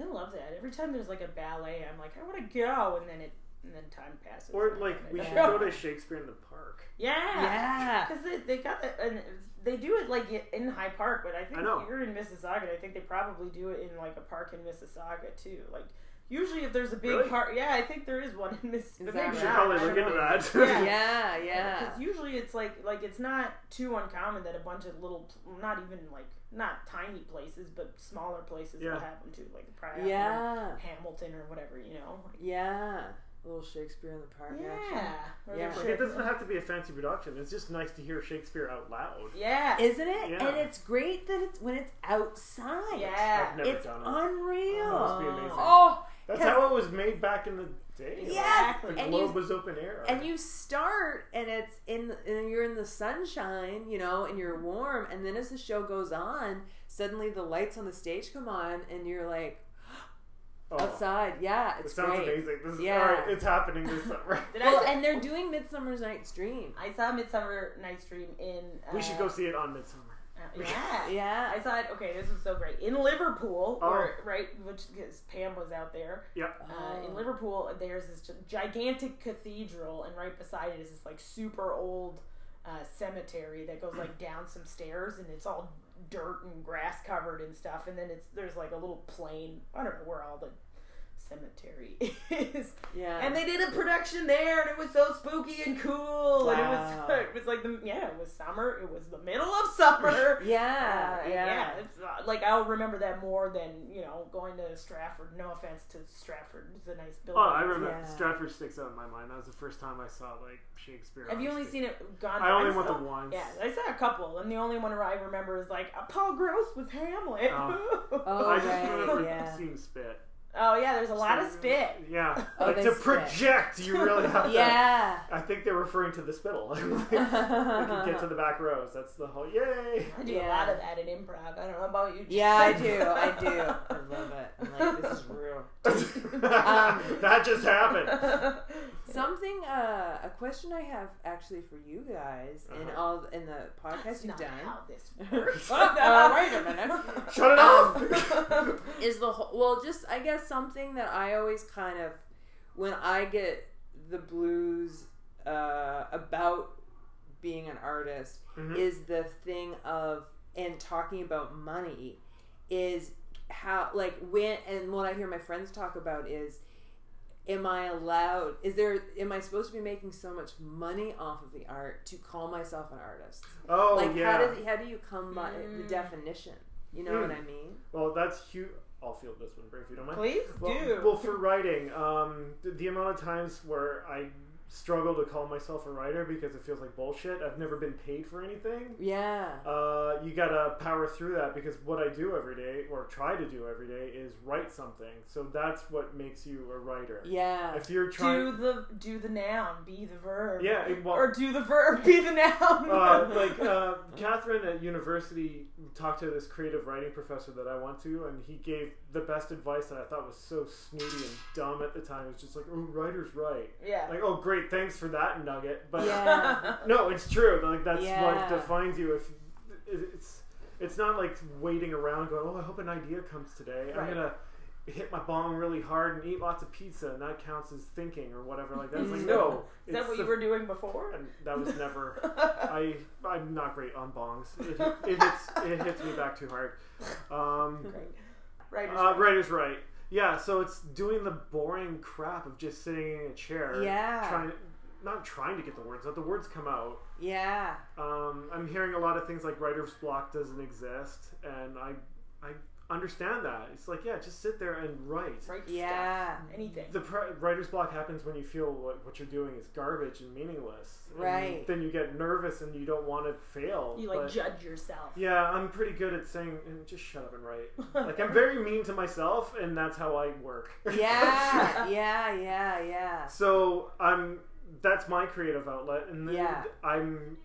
S2: I love that. Every time there's like a ballet, I'm like, I want to go, and then it, and then time passes.
S3: Or
S2: and I
S3: like,
S2: don't
S3: we
S2: know.
S3: should go to Shakespeare in the Park.
S2: Yeah.
S1: yeah.
S2: Because they, they got that, and they do it like i- in High Park, but I think
S3: I know.
S2: you're in Mississauga. and I think they probably do it in like a park in Mississauga too. Like usually, if there's a big
S3: Really?
S2: park, yeah, I think there is one in Mississauga.
S1: Is that
S3: We should
S1: Yeah,
S3: probably
S1: I
S3: look
S1: don't
S3: into
S1: know.
S3: that.
S2: Yeah.
S1: yeah, yeah.
S2: Because usually it's like like it's not too uncommon that a bunch of little, pl- not even like not tiny places, but smaller places
S3: Yeah.
S2: will have them too, like probably
S1: Yeah,
S2: Hamilton or whatever, you know. Like,
S1: yeah. A little Shakespeare in the Park
S2: yeah. Or
S1: Yeah.
S2: there's,
S3: Like, it doesn't have to be a fancy production. It's just nice to hear Shakespeare out loud.
S2: Yeah.
S1: action, isn't it?
S3: Yeah.
S1: And it's great that it's when it's outside.
S2: Yeah.
S3: I've never
S1: it's
S3: done it. That must
S1: unreal.
S3: be amazing.
S1: Oh,
S3: That's
S1: 'cause-
S3: how it was made back in the day.
S1: Yeah.
S3: The
S2: Exactly.
S1: And
S3: globe
S1: you-
S3: was open air.
S1: and you start and it's in and you're in the sunshine, you know, and you're warm, and then as the show goes on, suddenly the lights on the stage come on, and you're like
S3: oh,
S1: outside. Yeah,
S3: It
S1: it's
S3: sounds
S1: great.
S3: amazing. This is,
S1: Yeah.
S3: all right, it's happening this summer.
S2: Did I
S1: Well,
S2: say-
S1: and they're doing Midsummer Night's Dream.
S2: I saw Midsummer Night's Dream in. Uh,
S3: we should go see it on Midsummer.
S2: Uh, yeah.
S1: Yeah,
S2: I thought, okay, this was so great. In Liverpool,
S3: Oh.
S2: where, right, which because Pam was out there.
S3: Yep.
S2: Uh,
S1: Oh.
S2: in Liverpool, there's this gi- gigantic cathedral, and right beside it is this like super old uh, cemetery that goes like down some stairs, and it's all dirt and grass covered and stuff. And then it's there's like a little plain. I don't know where all the cemetery is.
S1: yeah.
S2: And they did a production there, and it was so spooky and cool. And it
S1: Wow.
S2: was it was like the yeah, it was summer. It was the middle of summer.
S1: yeah,
S2: Uh, and
S1: yeah.
S2: it's, uh, like I'll remember that more than you know going to Stratford. No offense to Stratford, it's a nice
S3: Oh,
S2: building.
S3: I remember
S1: Yeah.
S3: Stratford sticks out in my mind. That was the first time I saw like Shakespeare.
S2: Have
S3: on
S2: you only
S3: stage.
S2: seen it? Gone.
S3: I only
S2: I
S3: went
S2: saw-
S3: the once.
S2: Yeah, I saw a couple, and the only one I remember is like uh, Paul Gross with Hamlet.
S3: Oh.
S1: Oh,
S3: I just
S1: right,
S3: remember
S1: yeah.
S3: seeing spit.
S2: Oh, yeah, there's a lot of spit.
S3: Yeah.
S1: Oh,
S3: like
S1: they
S3: to
S1: spit.
S3: project, you really have to.
S1: yeah.
S3: I think they're referring to the spittle. Like, we can get to the back rows. That's the whole yay.
S2: I do
S1: Yeah.
S2: a lot of that in improv. I don't know about you.
S1: Yeah, I
S2: Jason.
S1: do. I do. I love it. I'm like, this is real.
S3: that just happened.
S1: Something, uh, a question I have actually for you guys in
S3: Uh-huh.
S1: all in the podcast
S2: That's
S1: you've
S2: not
S1: done
S2: how this works.
S1: Uh, wait a minute.
S3: Shut it
S2: Um,
S3: off.
S1: is the whole. Well, just I guess something that I always kind of when I get the blues uh, about being an artist
S3: Mhm.
S1: is the thing of and talking about money is how like when and what I hear my friends talk about is am I allowed is there am I supposed to be making so much money off of the art to call myself an artist?
S3: Oh
S1: like
S3: yeah.
S1: how does how do you come by the
S2: Mm.
S1: definition? You know
S3: Mm.
S1: what I mean?
S3: well, that's huge. I'll field this one, Brave, if you don't mind.
S2: Please
S3: Well,
S2: do.
S3: well, for writing, um, the, the amount of times where I struggle to call myself a writer because it feels like bullshit. I've never been paid for anything.
S1: Yeah.
S3: Uh, you gotta power through that because what I do every day, or try to do every day, is write something. So that's what makes you a writer.
S1: Yeah.
S3: If you're trying,
S2: do the do the noun, be the verb.
S3: yeah, it- well,
S2: Or do the verb, be the noun.
S3: uh, like uh, Catherine at university talked to this creative writing professor that I went to, and he gave the best advice that I thought was so snooty and dumb at the time. It's just like, oh, writers write.
S2: yeah.
S3: Like, oh, great, thanks for that nugget. But
S1: Yeah.
S3: no, it's true. Like that's
S1: Yeah.
S3: what defines you. If it- it's it's not like waiting around going, oh, I hope an idea comes today. I'm
S2: Right.
S3: gonna hit my bong really hard and eat lots of pizza, and that counts as thinking or whatever. Like that's like
S1: Mhm.
S3: no.
S2: Mm-hmm. Is that
S3: it's
S2: what
S3: the-
S2: you were doing before?
S3: and that was never. I I'm not great on bongs. It, it hits it hits me back too hard. Um,
S2: Great. Writers.
S3: uh, writer's right. Yeah, so it's doing the boring crap of just sitting in a chair.
S1: Yeah.
S3: Trying, not trying to get the words out. The words come out.
S1: yeah.
S3: Um, I'm hearing a lot of things like writer's block doesn't exist, and I I understand that. It's like yeah, just sit there and write.
S2: Write
S1: Yeah.
S2: stuff. Anything.
S3: The pr- writer's block happens when you feel what, what you're doing is garbage and meaningless. And
S1: Right.
S3: then you get nervous and you don't want to fail.
S2: you like
S3: but-
S2: judge yourself.
S3: yeah, I'm pretty good at saying "Mm, just shut up and write. Like I'm very mean to myself, and that's how I work.
S1: Yeah. yeah. Yeah. Yeah.
S3: so I'm. That's my creative outlet, and then
S1: Yeah.
S3: I'm.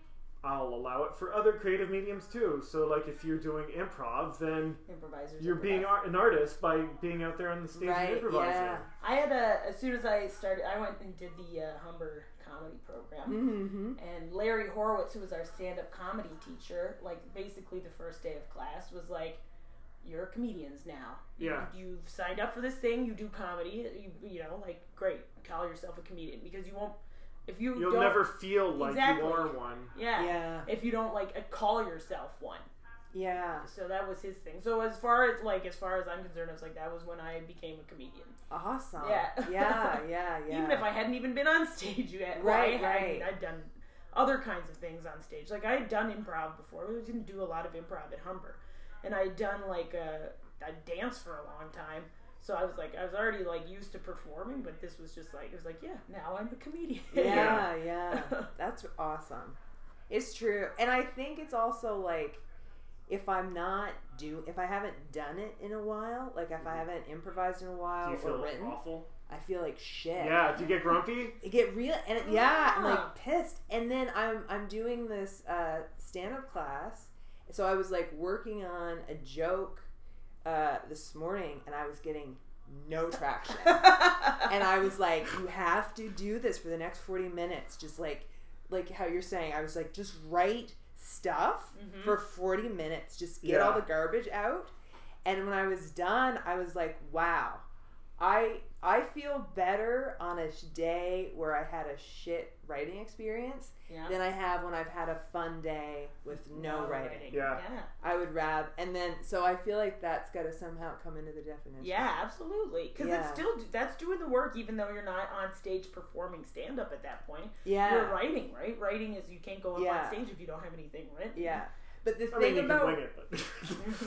S3: I'll allow it for other creative mediums too. So like if you're doing improv, then
S2: Improvisers.
S3: you're being
S2: improvise.
S3: ar- an artist by being out there on the stage
S1: Right,
S3: and improvising.
S1: yeah.
S2: I had a as soon as I started, I went and did the uh, Humber comedy program.
S1: Mm-hmm.
S2: And Larry Horowitz, who was our stand-up comedy teacher, like basically the first day of class was like, "You're comedians now. You-
S3: Yeah.
S2: you've signed up for this thing. You do comedy. You, you know, like great. Call yourself a comedian because you won't if you
S3: You'll
S2: don't,
S3: never feel like
S2: Exactly.
S3: you are one.
S2: yeah,
S1: Yeah.
S2: if you don't like call yourself one.
S1: Yeah.
S2: So that was his thing. So as far as like as far as I'm concerned, I was like that was when I became a comedian.
S1: Awesome.
S2: Yeah.
S1: Yeah. Yeah. Yeah.
S2: even if I hadn't even been on stage yet. Well,
S1: Right,
S2: I, I
S1: right.
S2: mean, I'd done other kinds of things on stage. Like I had done improv before. We didn't do a lot of improv at Humber, and I had done like a, a dance for a long time. So I was like, I was already like used to performing, but this was just like it was like, yeah, now I'm a comedian.
S1: yeah. Yeah. That's awesome. It's true. And I think it's also like if I'm not do if I haven't done it in a while, like if I haven't improvised in a
S3: Do
S1: while
S3: you
S1: or
S3: feel
S1: written,
S3: awful?
S1: I feel like shit.
S3: Yeah. Do you get grumpy?
S1: I get real and it, yeah, I'm
S2: Ah.
S1: like pissed. And then I'm I'm doing this uh, stand up class, so I was like working on a joke uh, this morning, and I was getting no traction. and I was like, you have to do this for the next forty minutes, just like like how you're saying. I was like, just write stuff
S2: Mhm.
S1: for forty minutes, just get all
S3: Yeah.
S1: the garbage out. And when I was done, I was like, wow. I I feel better on a sh- day where I had a shit writing experience
S2: yeah.
S1: than I have when I've had a fun day with no writing.
S3: Yeah.
S2: yeah,
S1: I would rab and then so I feel like that's got to somehow come into the definition.
S2: yeah, absolutely. Because
S1: Yeah.
S2: it's still that's doing the work, even though you're not on stage performing stand up at that point.
S1: Yeah.
S2: You're writing, right? Writing is you can't go up
S1: Yeah.
S2: on stage if you don't have anything written.
S1: Yeah. But the
S3: I
S1: thing
S3: mean, you
S1: about
S3: can wing it, but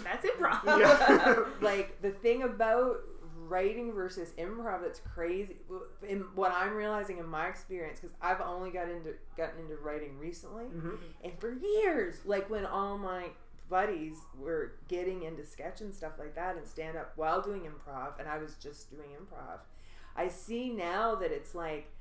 S2: That's improv.
S3: Yeah.
S1: like the thing about writing versus improv that's crazy in what i'm realizing in my experience because i've only got into gotten into writing recently
S3: Mhm.
S1: and for years like when all my buddies were getting into sketch and stuff like that and stand up while doing improv and i was just doing improv i see now that it's like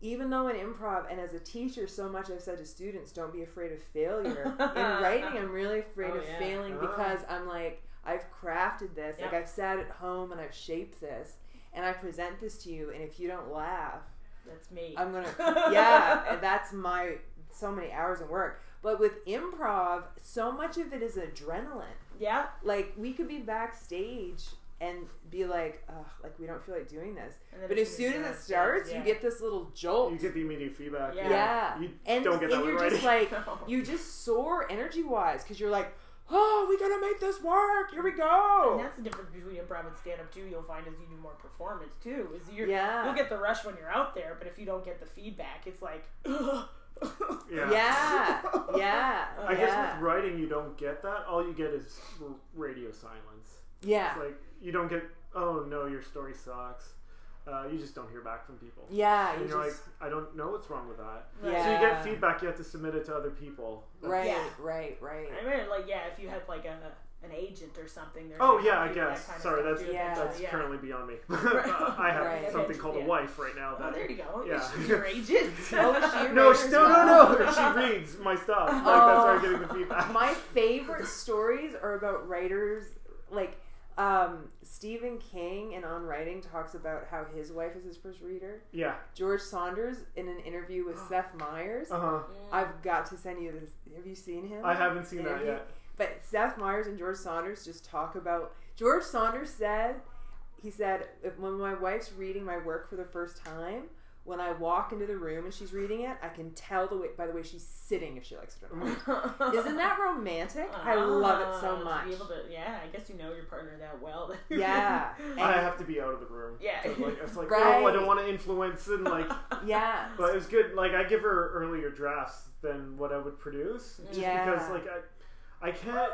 S1: even though in improv and as a teacher so much i've said to students don't be afraid of failure in writing i'm really afraid
S2: Oh,
S1: of
S2: yeah.
S1: failing
S3: Ah.
S1: because i'm like i've crafted this like
S2: Yeah.
S1: i've sat at home and i've shaped this and i present this to you and if you don't laugh
S2: That's me.
S1: i'm gonna yeah, and that's my so many hours of work. But with improv, so much of it is adrenaline.
S2: yeah.
S1: Like we could be backstage and be like, Ugh, like we don't feel like doing this.
S2: And then
S1: But as soon as it starts, you get this little jolt.
S3: you get the immediate feedback.
S2: Yeah.
S1: yeah,
S3: You
S1: and,
S3: don't get that
S1: and
S3: with
S1: you're just
S3: writing.
S1: like, you just soar energy wise because you're like, oh, we gotta make this work. Here we go.
S2: And that's the difference between improv and stand up too. You'll find as you do more performance too. Is you're,
S1: Yeah.
S2: you'll get the rush when you're out there, but if you don't get the feedback, it's like. Ugh.
S3: Yeah.
S1: Yeah, yeah,
S3: I
S1: yeah,
S3: guess with writing, you don't get that. All you get is r- radio silence.
S1: yeah,
S3: It's like you don't get. Oh no, your story sucks. Uh, you just don't hear back from people.
S1: yeah.
S3: And
S1: You
S3: you're
S1: just,
S3: like, I don't know what's wrong with that.
S2: Right.
S3: So you
S1: Yeah.
S3: get feedback. You have to submit it to other people.
S1: right,
S2: Yeah.
S1: right, right.
S2: I mean, like yeah, if you had like a an agent or something. they're
S3: Oh
S2: gonna
S3: yeah,
S2: help
S3: I
S2: you with
S3: guess.
S2: that kind of
S3: Sorry,
S2: stuff,
S3: that's
S2: too.
S1: Yeah.
S3: that's
S2: Yeah.
S3: currently beyond me.
S2: Right.
S3: I have
S1: Right.
S3: something called
S2: Yeah.
S3: a wife right now.
S2: Oh,
S3: That
S2: there you go.
S3: Yeah.
S2: Is she your agent?
S1: Oh, she-
S3: no,
S1: Writers
S3: she, no,
S1: Row.
S3: no, no. she reads my stuff. Like, that's how I'm getting the feedback.
S1: Oh. My favorite stories are about writers like um, Stephen King and on writing talks about how his wife is his first reader.
S3: yeah.
S1: George Saunders in an interview with Seth Meyers.
S3: Uh huh.
S2: Mm.
S1: I've got to send you this. Have you seen him?
S3: I haven't seen that
S1: Interview?
S3: yet.
S1: But Seth Meyers and George Saunders just talk about. George Saunders said, he said, "If- when my wife's reading my work for the first time, when I walk into the room and she's reading it, I can tell the way by the way she's sitting if she likes it or not. Isn't that romantic? I love it so
S2: Ah, to be
S1: much.
S2: able to- yeah, I guess you know your partner that well. that-
S1: Yeah.
S3: I
S1: And-
S3: have to be out of the room.
S2: Yeah.
S3: 'Cause, Like, it's like,
S1: Right.
S3: oh, I don't want to influence and like.
S1: Yeah.
S3: But it was good. Like I give her earlier drafts than what I would produce, just
S1: Yeah.
S3: because like I, I can't,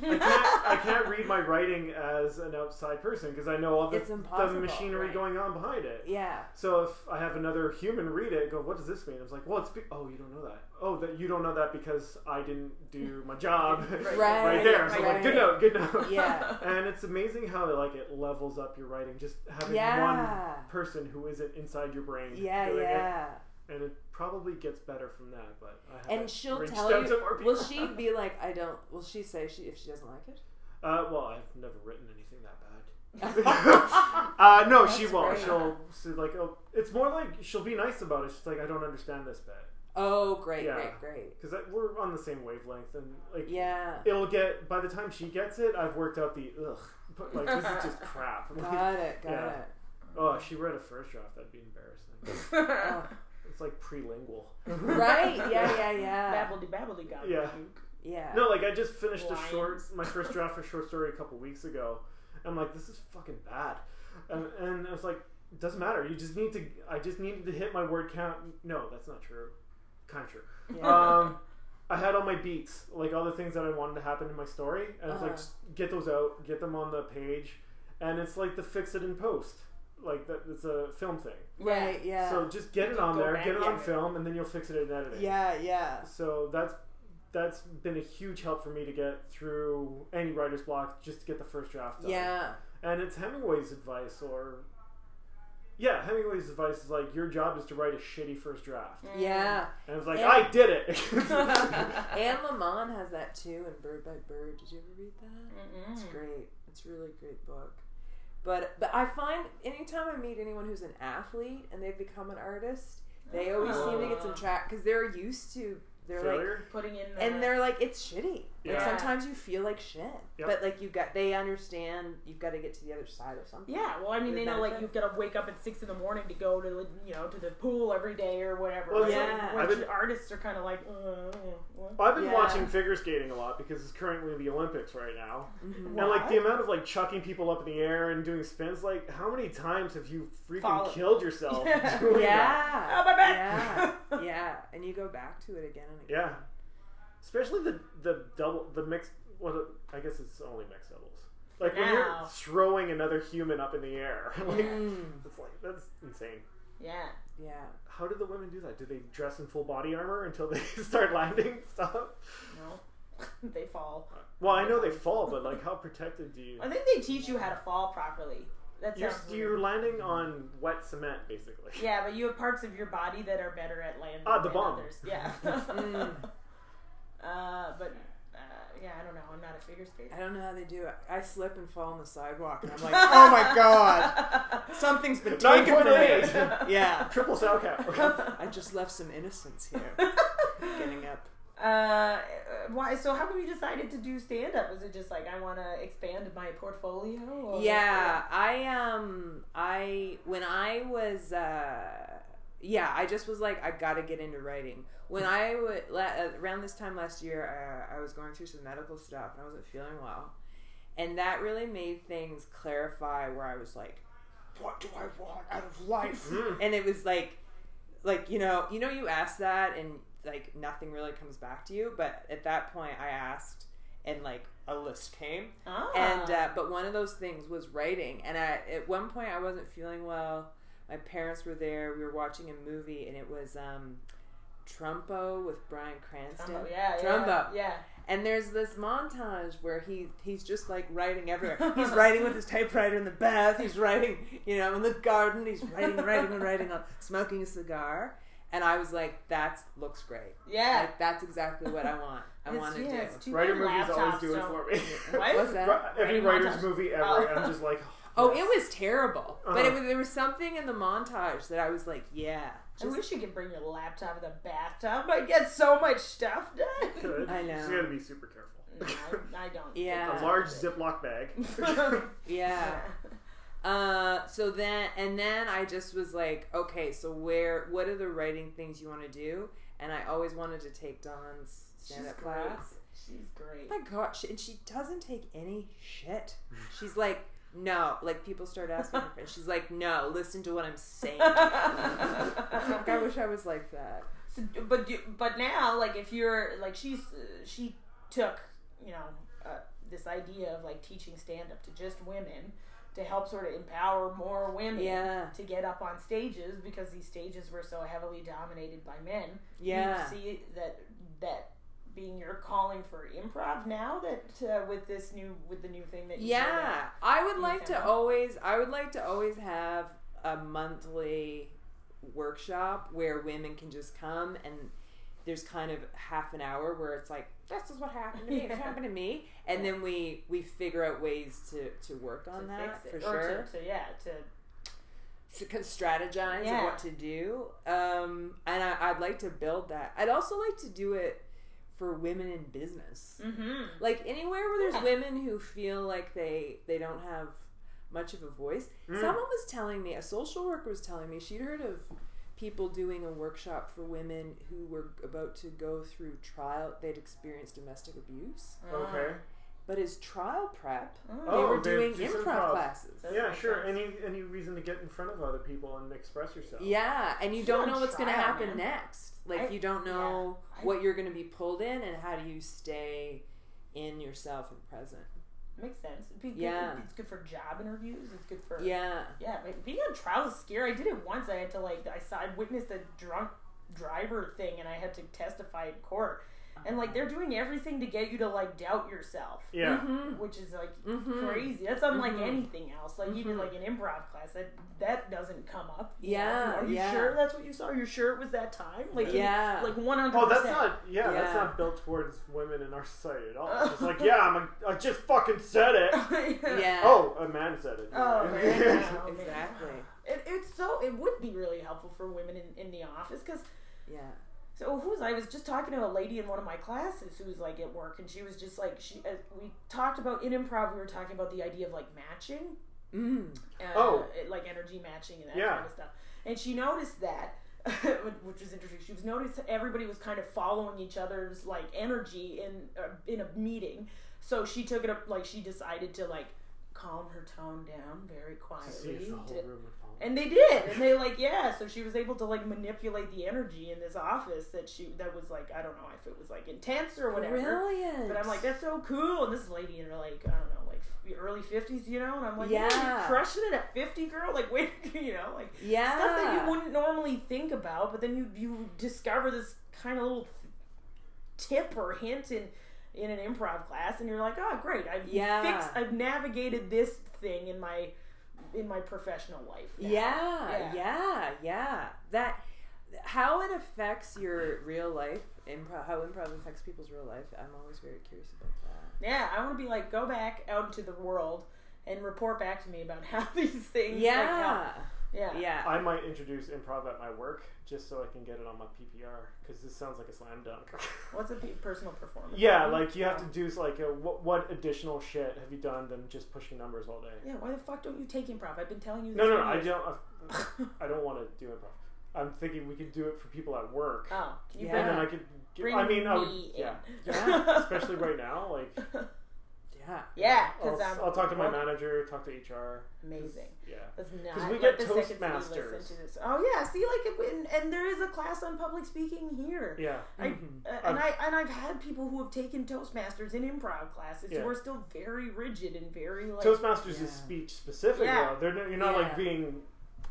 S3: I can't, I can't read my writing as an outside person because I know all the,
S1: It's
S3: the
S1: impossible,
S3: machinery
S1: right.
S3: going on behind it.
S1: Yeah.
S3: So if I have another human read it, go, what does this mean? I was like, well, it's be- oh, you don't know that. Oh, that you don't know that because I didn't do my job
S2: Right.
S3: um, right there. So
S2: Right.
S3: like, good note, good note.
S1: Yeah.
S3: And it's amazing how like it levels up your writing just having one
S1: Yeah.
S3: person who isn't inside your brain
S1: Yeah,
S3: doing it
S1: yeah.
S3: and it probably gets better from that. But I haven't
S1: And she'll
S3: reached
S1: tell
S3: out to
S1: you.
S3: more
S1: Will
S3: people.
S1: she be like, I don't? Will she say she if she doesn't like it?
S3: Uh, well, I've never written anything that bad. uh, no, she
S1: That's
S3: won't.
S1: great.
S3: She'll she's like, oh, it's more like she'll be nice about it. She's like, I don't understand this bit
S1: Oh, great,
S3: Yeah.
S1: great, great.
S3: because we're on the same wavelength, and like,
S1: Yeah.
S3: it'll get by the time she gets it. I've worked out the ugh, but like this is just crap. Like,
S1: Got it, got
S3: Yeah.
S1: it.
S3: oh, she read a first draft. That'd be embarrassing. It's like prelingual.
S1: Right? Yeah, yeah, yeah.
S2: Babbledy babbledy gobbledygook.
S3: Yeah.
S1: Yeah.
S3: No, like I just finished a short,
S2: Lines.
S3: my first draft for a short story a couple weeks ago. I'm like, this is fucking bad, and, and I was like, it doesn't matter. You just need to. I just needed to hit my word count. No, that's not true. Kind of true.
S1: Yeah.
S3: Um, I had all my beats, like all the things that I wanted to happen in my story, and it's
S1: Uh-huh.
S3: like, just get those out, get them on the page, and it's like the fix it in post. Like that, it's a film thing.
S1: right, yeah.
S3: So just get it on
S2: Go
S3: there,
S2: back,
S3: get it on
S2: yeah.
S3: film, and then you'll fix it in editing.
S1: yeah, yeah.
S3: So that's that's been a huge help for me to get through any writer's block, just to get the first draft done.
S1: Yeah.
S3: And it's Hemingway's advice, or yeah, Hemingway's advice is like your job is to write a shitty first draft,
S1: Yeah.
S3: and it's like
S1: Yeah.
S3: I did it.
S2: Mm.
S1: Anne Lamon has that too in Bird by Bird. Did you ever read that? It's
S2: Mm.
S1: great. It's a really great book. But but I find anytime I meet anyone who's an athlete and they've become an artist, they always seem to get
S2: Oh.
S1: some track because they're used to they're like
S3: Failure.
S2: Putting in the,
S1: and they're like it's shitty. Like
S3: Yeah.
S1: sometimes you feel like shit,
S3: Yep.
S1: but like you got they understand you've got to get to the other side of something.
S2: yeah, well, I mean, they know like you've got to wake up at six in the morning to go to you know to the pool every day or whatever.
S3: Well,
S2: Like,
S1: yeah.
S2: which
S3: I've been-
S2: artists are kind of like, uh, what?
S3: I've been
S1: Yeah.
S3: watching figure skating a lot because it's currently the Olympics right now,
S1: Mhm.
S3: and like
S2: What?
S3: the amount of like chucking people up in the air and doing spins. Like, how many times have you freaking
S2: Follow-
S3: killed yourself?
S2: Yeah.
S3: doing that?
S1: Yeah.
S2: Oh, my
S1: Yeah.
S2: back.
S1: yeah. And you go back to it again and again.
S3: Yeah, especially the the double the mixed. Well, I guess it's only mixed doubles. Like when
S2: Now.
S3: you're throwing another human up in the air, like
S1: Mm,
S3: it's like that's insane.
S2: yeah.
S1: yeah.
S3: How do the women do that? Do they dress in full body armor until they start landing stuff?
S2: No, they fall.
S3: Well, I know they fall, but like how protected do you?
S2: I think they teach you how to fall properly. That
S3: You're,
S2: sounds
S3: you're
S2: weird.
S3: landing on wet cement, basically.
S2: Yeah, but you have parts of your body that are better at landing.
S3: Ah, the
S2: than
S3: bomb.
S2: Others. Yeah.
S1: Mm.
S2: Uh, but uh, yeah, I don't know. I'm not a figure skater.
S1: I don't know how they do it. I slip and fall on the sidewalk, and I'm like, oh my god, something's been taken from me.
S3: 9.8.
S1: Yeah,
S3: Triple sow cow.
S1: I just left some innocence here, getting up.
S2: Uh, why? So how come you decided to do stand up? Was it just like I want to expand my portfolio? Or
S1: Yeah, I um, I when I was uh, yeah, I just was like, I gotta get into writing. When I would la- uh, around this time last year, uh, I was going through some medical stuff and I wasn't feeling well, and that really made things clarify where I was like, what do I want out of life?
S3: Mm.
S1: and it was like, like you know, you know, you ask that and like nothing really comes back to you. But at that point, I asked and like a list came
S2: Ah.
S1: and uh, but one of those things was writing and I, at one point i wasn't feeling well my parents were there we were watching a movie and it was um, trumpo with brian cranston
S2: Trumbo, Oh, yeah, yeah,
S1: Trumbo.
S2: yeah.
S1: and there's this montage where he he's just like writing everywhere he's writing with his typewriter in the bath he's writing you know in the garden he's writing writing and writing on smoking a cigar and i was like that looks great
S2: Yeah.
S1: like that's exactly what i want i
S2: It's-
S1: want to
S2: yeah,
S1: do
S2: it's too
S3: Writer
S2: bad
S3: movies always
S2: laptops
S3: do it
S2: don't-
S3: for me.
S2: What?
S1: What's that?
S3: Ri- Every
S2: Writing
S3: writer's
S2: montage.
S3: movie ever,
S2: Oh.
S3: I'm just like,
S1: Oh, it was terrible. But it
S3: Uh-huh.
S1: was, there was something in the montage that I was like, yeah.
S2: I
S1: Just,
S2: wish you could bring your laptop in the bathtub. I get so much stuff done.
S3: good.
S1: I know.
S3: She's gotta be super
S2: No,
S3: careful.
S2: Mm, I, I don't.
S1: Yeah.
S3: a large Ziploc bag.
S1: yeah. Uh, so then, and then I just was like, okay, so where, what are the writing things you want to do? And I always wanted to take Dawn's stand up class.
S2: She's great.
S1: Oh my gosh. And she doesn't take any shit. She's like, no. Like, people start asking her, and she's like, no, listen to what I'm saying. like, I wish I was like that.
S2: So, but you, but now, like, if you're like she's uh, she took you know uh, this idea of like teaching stand up to just women to help sort of empower more women
S1: Yeah.
S2: to get up on stages because these stages were so heavily dominated by men.
S1: Yeah.
S2: you see that that being your calling for improv now that uh, with this new with the new thing that you
S1: Yeah, I would
S2: You
S1: like to
S2: found?
S1: always. I would like to always have a monthly workshop where women can just come and there's kind of half an hour where it's like this is what happened to me.
S2: Yeah.
S1: It happened to me, and then we we figure out ways to to work
S2: did
S1: on
S2: to
S1: that
S2: fix
S1: for
S2: it, or
S1: sure.
S2: to, to yeah to
S1: To, kind of strategize of
S2: Yeah.
S1: what to do. Um, and I, I'd like to build that. I'd also like to do it for women in business
S2: mm-hmm.
S1: like anywhere where there's
S2: Yeah.
S1: women who feel like they they don't have much of a voice
S3: Mm.
S1: someone was telling me a social worker was telling me she'd heard of people doing a workshop for women who were about to go through trial they'd experienced domestic abuse
S2: Ah,
S3: okay.
S1: but as trial prep
S3: Oh,
S1: they were
S3: they
S1: doing
S3: do
S1: improv,
S3: some improv.
S1: classes
S2: That
S3: Yeah,
S2: makes
S3: sure.
S2: sense.
S3: Any any reason to get in front of other people and express yourself.
S1: yeah and you
S2: She's
S1: don't
S2: on
S1: know what's going to
S2: trial,
S1: happen
S2: man.
S1: next like
S2: I-
S1: you don't know
S2: yeah. I-
S1: what you're going to be pulled in and how do you stay in yourself and present
S2: Makes sense. It'd be good-
S1: Yeah.
S2: It's good for job interviews. It's good for.
S1: yeah
S2: Yeah, but being on trial is scary. I did it once. I had to, like, I saw, I witnessed a drunk driver thing and I had to testify in court. And, like, they're doing everything to get you to, like, doubt yourself.
S3: Yeah.
S1: Mhm.
S2: Which is, like,
S1: Mhm.
S2: crazy. That's unlike
S1: Mhm.
S2: anything else. Like, even,
S1: Mhm.
S2: like, an improv class, that, that doesn't come up. you know?
S1: Yeah,
S2: Are you
S1: yeah.
S2: sure that's what you saw? Are you sure it was that time? Like, you-
S1: yeah
S2: Like, 100%.
S3: Oh, that's not. Yeah,
S1: Yeah.
S3: that's not built towards women in our society at all.
S2: Oh.
S3: It's just like, yeah, I'm. A, I just fucking said it.
S1: yeah
S3: Oh, a man said it.
S2: Oh, man. Oh, man.
S1: Exactly.
S2: It, it's so, it would be really helpful for women in, in the office because
S1: Yeah.
S2: So who was I was just talking to a lady in one of my classes who was like at work, and she was just like she. Uh, we talked about in improv. We were talking about the idea of like matching,
S1: Mm.
S2: uh,
S3: Oh.
S2: it- like energy matching and that
S3: Yeah.
S2: kind of stuff. And she noticed that, which was interesting. She was noticed that everybody was kind of following each other's like energy in uh, in a meeting. So she took it up like she decided to like calm her tone down very
S3: To see
S2: quietly.
S3: if the
S2: to-
S3: whole room would fall.
S2: and they did, and they like yeah. So she was able to like manipulate the energy in this office that she that was like I don't know if it was like intense or whatever.
S1: Brilliant.
S2: But I'm like that's so cool. And this lady in her like I don't know like the early fifties, you know. And I'm like yeah,
S1: Yeah.
S2: you're crushing it at fifty, girl. Like wait, you know, like
S1: yeah.
S2: stuff that you wouldn't normally think about, but then you you discover this kind of little tip or hint in in an improv class, and you're like, oh great, I've
S1: Yeah.
S2: fixed, I've navigated this thing in my in my professional life. now.
S1: Yeah, yeah,
S2: Yeah.
S1: yeah, That how it affects your real life improv. How improv affects people's real life. I'm always very curious about that.
S2: Yeah, I want to be like, go back out into the world and report back to me about how these things. like, help.
S1: Yeah,
S2: yeah,
S1: yeah.
S3: I might introduce improv at my work just so I can get it on my PPR because this sounds like a slam dunk.
S2: What's a pe- personal performance?
S3: yeah, like you have to do like a, what, what additional shit have you done than just pushing numbers all day?
S2: Yeah, why the fuck don't you take improv? I've been telling you.
S3: No,
S2: this
S3: no,
S2: for
S3: no I
S2: years.
S3: don't. I, I don't want to do improv. I'm thinking we could do it for people at work.
S2: Oh, can you
S1: Yeah.
S3: And then
S2: bring,
S3: I could. g-
S2: bring
S3: I mean,
S2: me
S3: I would, yeah,
S2: in?
S1: Yeah,
S3: especially right now. Like,
S1: Yeah.
S2: yeah,
S3: I'll,
S2: because I'm.
S3: I'll talk to my
S2: well,
S3: manager, talk to HR. 'cause-
S2: Amazing.
S3: Yeah.
S2: Let's not.
S3: 'Cause we
S2: let
S3: get
S2: the second city
S3: Toastmasters.
S2: listen to this. Oh yeah, see, like, it, and, and there is a class on public speaking here.
S3: Yeah.
S2: I,
S1: Mhm.
S2: uh, and I and I've had people who have taken Toastmasters in improv classes
S3: Yeah.
S2: who are still very rigid and very like
S3: Toastmasters
S1: Yeah.
S3: is speech specific
S2: Yeah.
S3: though. They're no, you're not
S1: Yeah.
S3: like being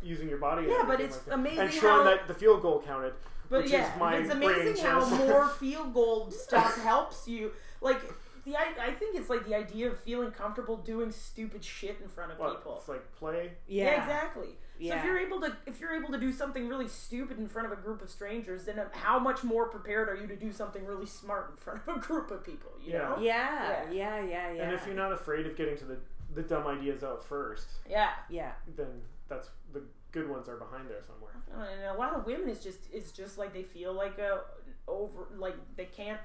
S3: using your body. and
S2: Yeah, but
S3: everything
S2: it's
S3: like that.
S2: amazing
S3: And showing
S2: how-
S3: that the field goal counted.
S2: But
S3: which
S2: yeah,
S3: is my
S2: it's
S3: brain
S2: amazing how
S3: chest.
S2: more field goal stuff helps you. Like the I, I think it's like the idea of feeling comfortable doing stupid shit in front of
S3: What,
S2: people.
S3: It's like play.
S2: Yeah,
S1: Yeah.
S2: exactly. So if
S1: Yeah.
S2: you're able to if you're able to do something really stupid in front of a group of strangers, then um, how much more prepared are you to do something really smart in front of a group of people? You
S3: Yeah.
S2: know?
S1: Yeah. Yeah. Yeah. Yeah.
S3: And if you're not afraid of getting to the the dumb ideas out first,
S2: Yeah.
S1: Yeah.
S3: then that's the good ones are behind there somewhere.
S2: And a lot of women is just it's just like they feel like a over like they can't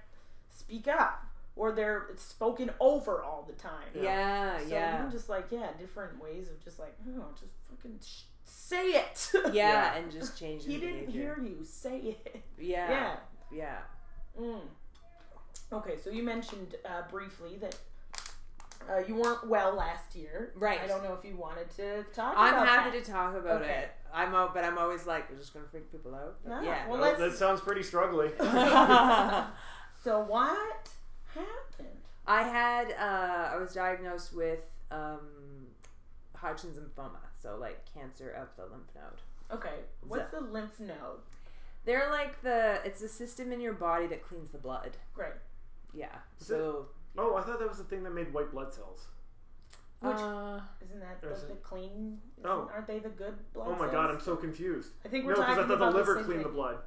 S2: speak up or they're spoken over all the time.
S1: Yeah.
S2: So
S1: Yeah.
S2: even just like yeah, different ways of just like oh, just fucking sh- say it.
S1: yeah.
S3: Yeah.
S1: And just change.
S2: he
S1: the
S2: didn't
S1: behavior.
S2: hear you. Say it.
S1: Yeah.
S2: Yeah.
S1: Yeah.
S2: Mm. Okay, so you mentioned uh, briefly that. Uh, you weren't well last year,
S1: Right.
S2: I don't know if you wanted to talk.
S1: I'm
S2: about
S1: happy
S2: that.
S1: to talk about
S2: Okay.
S1: it. I'm out, but I'm always like, we're just gonna freak people out. But
S2: No,
S1: yeah.
S2: Well,
S3: Oh,
S2: let's-
S3: that sounds pretty struggling.
S2: So what happened?
S1: I had uh, I was diagnosed with um, Hodgkin's lymphoma, so like cancer of the lymph node.
S2: Okay, what's the lymph node?
S1: They're like the it's the system in your body that cleans the blood.
S2: Great.
S1: Yeah.
S3: Is it-
S1: So
S3: oh, I thought that was the thing that made white blood cells.
S2: Which-
S1: uh,
S2: Isn't that
S3: There's
S2: like
S3: a-
S2: the clean? isn't-
S3: Oh.
S2: Aren't they the good blood
S3: Oh my
S2: cells?
S3: god, I'm so confused.
S2: I think
S3: No,
S2: we're
S3: because
S2: talking
S3: I thought
S2: about
S3: the liver
S2: same
S3: cleaned
S2: thing.
S3: the blood.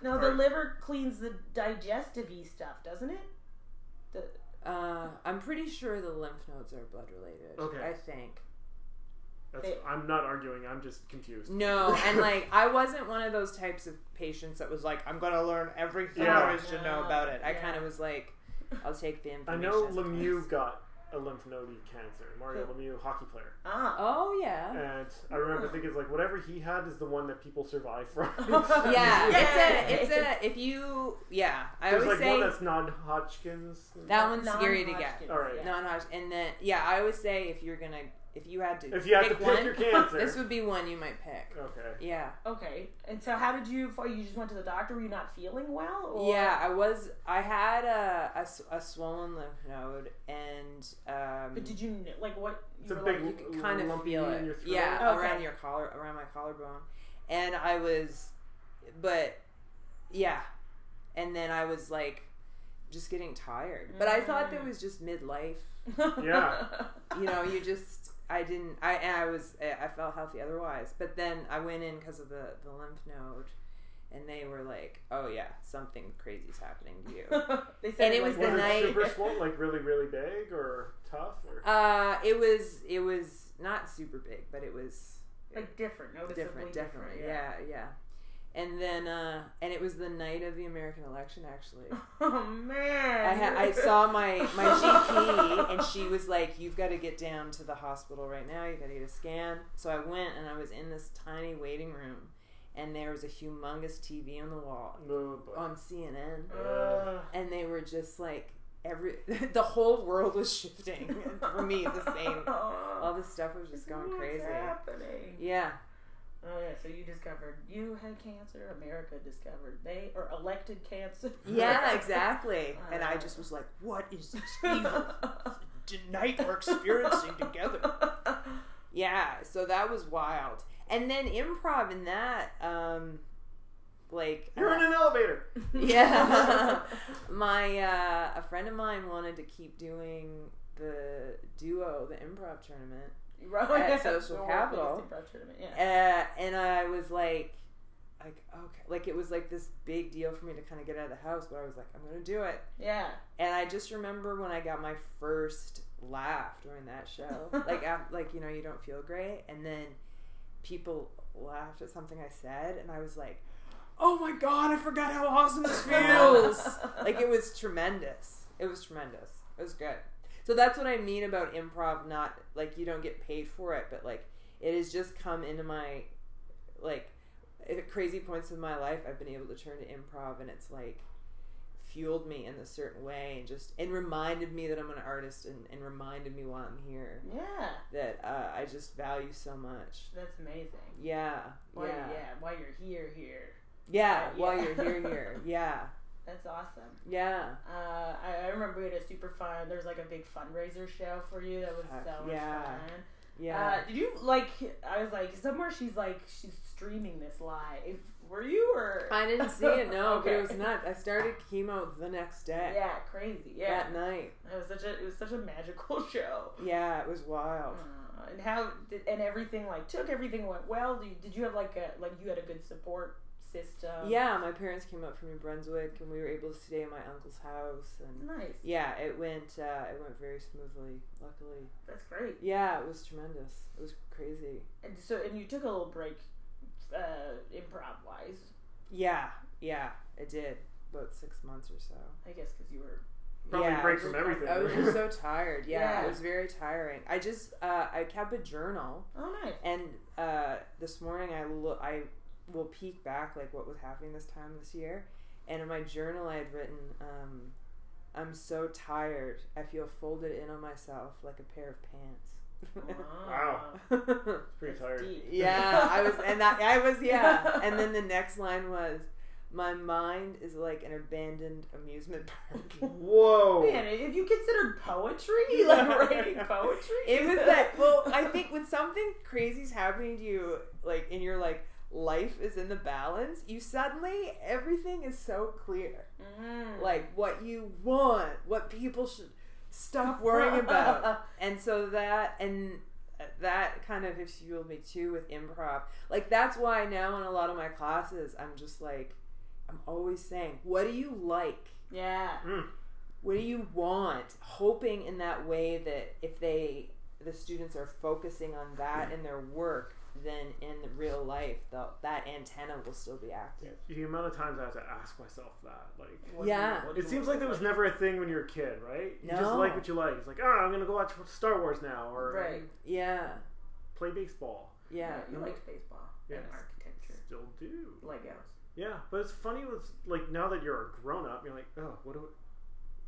S2: No, the liver cleans the digestive stuff, doesn't it? The,
S1: uh, I'm pretty sure the lymph nodes are blood related.
S3: Okay.
S1: I think.
S3: That's, I'm not arguing. I'm just confused.
S1: No, and like I wasn't one of those types of patients that was like, I'm gonna learn everything there
S3: Yeah.
S1: is to know
S2: No,
S1: about it. I
S2: yeah.
S1: kind of was like, I'll take the
S3: I
S1: information.
S3: know
S1: as it comes.
S3: Lemieux got a lymph node cancer. Mario Lemieux, hockey player,
S2: ah,
S1: Oh yeah.
S3: and I remember thinking it's like whatever he had is the one that people survive from.
S1: Yeah,
S2: Yay.
S1: it's a, it's a, if you, yeah, I
S3: There's
S1: always
S3: like
S1: say
S3: one that's non-Hodgkin's.
S1: That one's scary to
S2: Non-Hodgkin's,
S3: get. All right.
S2: yeah.
S1: non Hodge, and then yeah, I always say if you're gonna, if you had to,
S3: If you had to
S1: pick
S3: pick
S1: one,
S3: your cancer,
S1: this would be one you might pick.
S3: okay.
S1: Yeah,
S2: Okay, and so how did you? fi- You just went to the doctor. Were you not feeling well? Or?
S1: yeah, I was, I had a, a s- a swollen lymph node, and um,
S2: But did you kn- like what? You
S3: It's a
S2: were
S3: big
S2: like,
S1: you could kind of
S3: lumpy
S1: feel
S3: in your
S1: it,
S3: throat?
S1: yeah,
S2: Okay.
S1: around your collar, around my collarbone, and I was, but yeah, and then I was like, just getting tired, but I thought
S3: Mm.
S1: that was just midlife.
S3: Yeah.
S1: you know, you just I didn't I and I was eh, I I felt healthy otherwise. But then I went in because of the the lymph node, and they were like, "Oh yeah, something crazy's happening to you."
S2: they said
S1: And it
S2: like
S1: was the
S3: Was
S2: that.
S3: it
S1: night-
S3: super swollen, like really, really big or tough? Or?
S1: uh, it was it was not super big, but it was
S2: like different, noticeably
S1: different, different. Yeah, yeah. And then uh, and it was the night of the American election actually.
S2: Oh man.
S1: I, ha- I saw my my GP and she was like, "You've got to get down to the hospital right now. You got to get a scan." So I went and I was in this tiny waiting room, and there was a humongous TV on the wall
S3: No, but-
S1: on CNN,
S3: Uh,
S1: and they were just like every the whole world was shifting for me the same. All this stuff was just going
S2: What's
S1: crazy.
S2: happening?
S1: Yeah,
S2: Oh yeah, so you discovered you had cancer. America discovered they or elected cancer.
S1: yeah, exactly. And I just was like, "What is this evil night we're experiencing together?" Yeah, so that was wild. And then improv in that, um, like,
S3: you're in an elevator.
S1: yeah, my uh, a friend of mine wanted to keep doing the duo, the improv tournament,
S2: Right.
S1: At Social
S2: The world
S1: Capital.
S2: biggest improv tournament, Yeah.
S1: uh, and I was like, like okay, like it was like this big deal for me to kind of get out of the house, but I was like, I'm gonna do it.
S2: Yeah.
S1: And I just remember when I got my first laugh during that show. like, af like you know, you don't feel great, and then people laughed at something I said, and I was like, "Oh my god, I forgot how awesome this feels!" like it was tremendous. It was tremendous. It was good. So that's what I mean about improv. Not like you don't get paid for it, but like it has just come into my like at crazy points in my life, I've been able to turn to improv, and it's like fueled me in a certain way, and just and reminded me that I'm an artist, and, and reminded me why I'm here
S2: Yeah,
S1: that uh, I just value so much.
S2: that's amazing.
S1: Yeah,
S2: Why, yeah.
S1: yeah, yeah.
S2: why you're here, here. yeah.
S1: While you're here, here, yeah,
S2: That's awesome.
S1: yeah.
S2: Uh, I, I remember we had a super fun. There was like a big fundraiser show for you. That was
S1: Fuck,
S2: so much
S1: yeah.
S2: fun.
S1: Yeah.
S2: Uh, did you like? I was like somewhere. She's like she's streaming this live. Were you or
S1: I didn't see it, no, but
S2: Okay.
S1: it was nuts. I started chemo the next day.
S2: Yeah, crazy. Yeah,
S1: That night.
S2: it was such a it was such a magical show.
S1: Yeah, it was wild.
S2: Uh, and how did, and everything like took everything went well. Did you, did you have like a like you had a good support system?
S1: Yeah, my parents came up from New Brunswick and we were able to stay at my uncle's house and
S2: nice.
S1: yeah, it went uh, it went very smoothly, luckily.
S2: That's great.
S1: Yeah, it was tremendous. It was crazy.
S2: And so and you took a little break, uh, improv wise,
S1: Yeah, yeah, it did. About six months or so.
S2: I guess, because you were
S3: Probably
S1: yeah,
S3: break
S2: I was
S3: from
S2: just-
S3: everything.
S1: I was
S3: right?
S1: just so tired. Yeah,
S2: Yeah.
S1: it was very tiring. I just uh, I kept a journal
S2: oh nice.
S1: And uh, this morning, I look, I will peek back like what was happening this time this year, and in my journal, I had written, um, "I'm so tired. I feel folded in on myself like a pair of
S3: Wow.
S1: pants."
S3: It's pretty
S2: That's
S3: tired.
S2: deep.
S1: yeah, I was, and that I was, yeah. And then the next line was, "My mind is like an abandoned amusement park."
S3: Whoa.
S2: Man, if you considered poetry, like writing poetry,
S1: It was that. Well, I think when something crazy's happening to you, like in your like life is in the balance, you suddenly everything is so clear.
S2: Mm.
S1: Like what you want, what people should stop worrying about, and so that and that kind of has fueled me too with improv. Like that's why now in a lot of my classes, I'm just like, I'm always saying, what do you like?
S2: yeah.
S1: what do you want hoping in that way that if they the students are focusing on that in their work then in real life the, that antenna will still be active
S3: The amount of times I have to ask myself that, like,
S2: What
S1: Yeah.
S2: do what do
S3: it seems like that was never a thing when you were a kid, right? You just
S1: No.
S3: like what you like. It's like, ah, I'm gonna go watch Star Wars now, or
S2: Right.
S1: yeah
S3: play baseball.
S1: yeah
S2: you liked baseball and
S3: Yes.
S2: architecture,
S3: Still do.
S2: Legos.
S3: Yeah, but it's funny. Was like now that you're a grown up, you're like, oh, what do,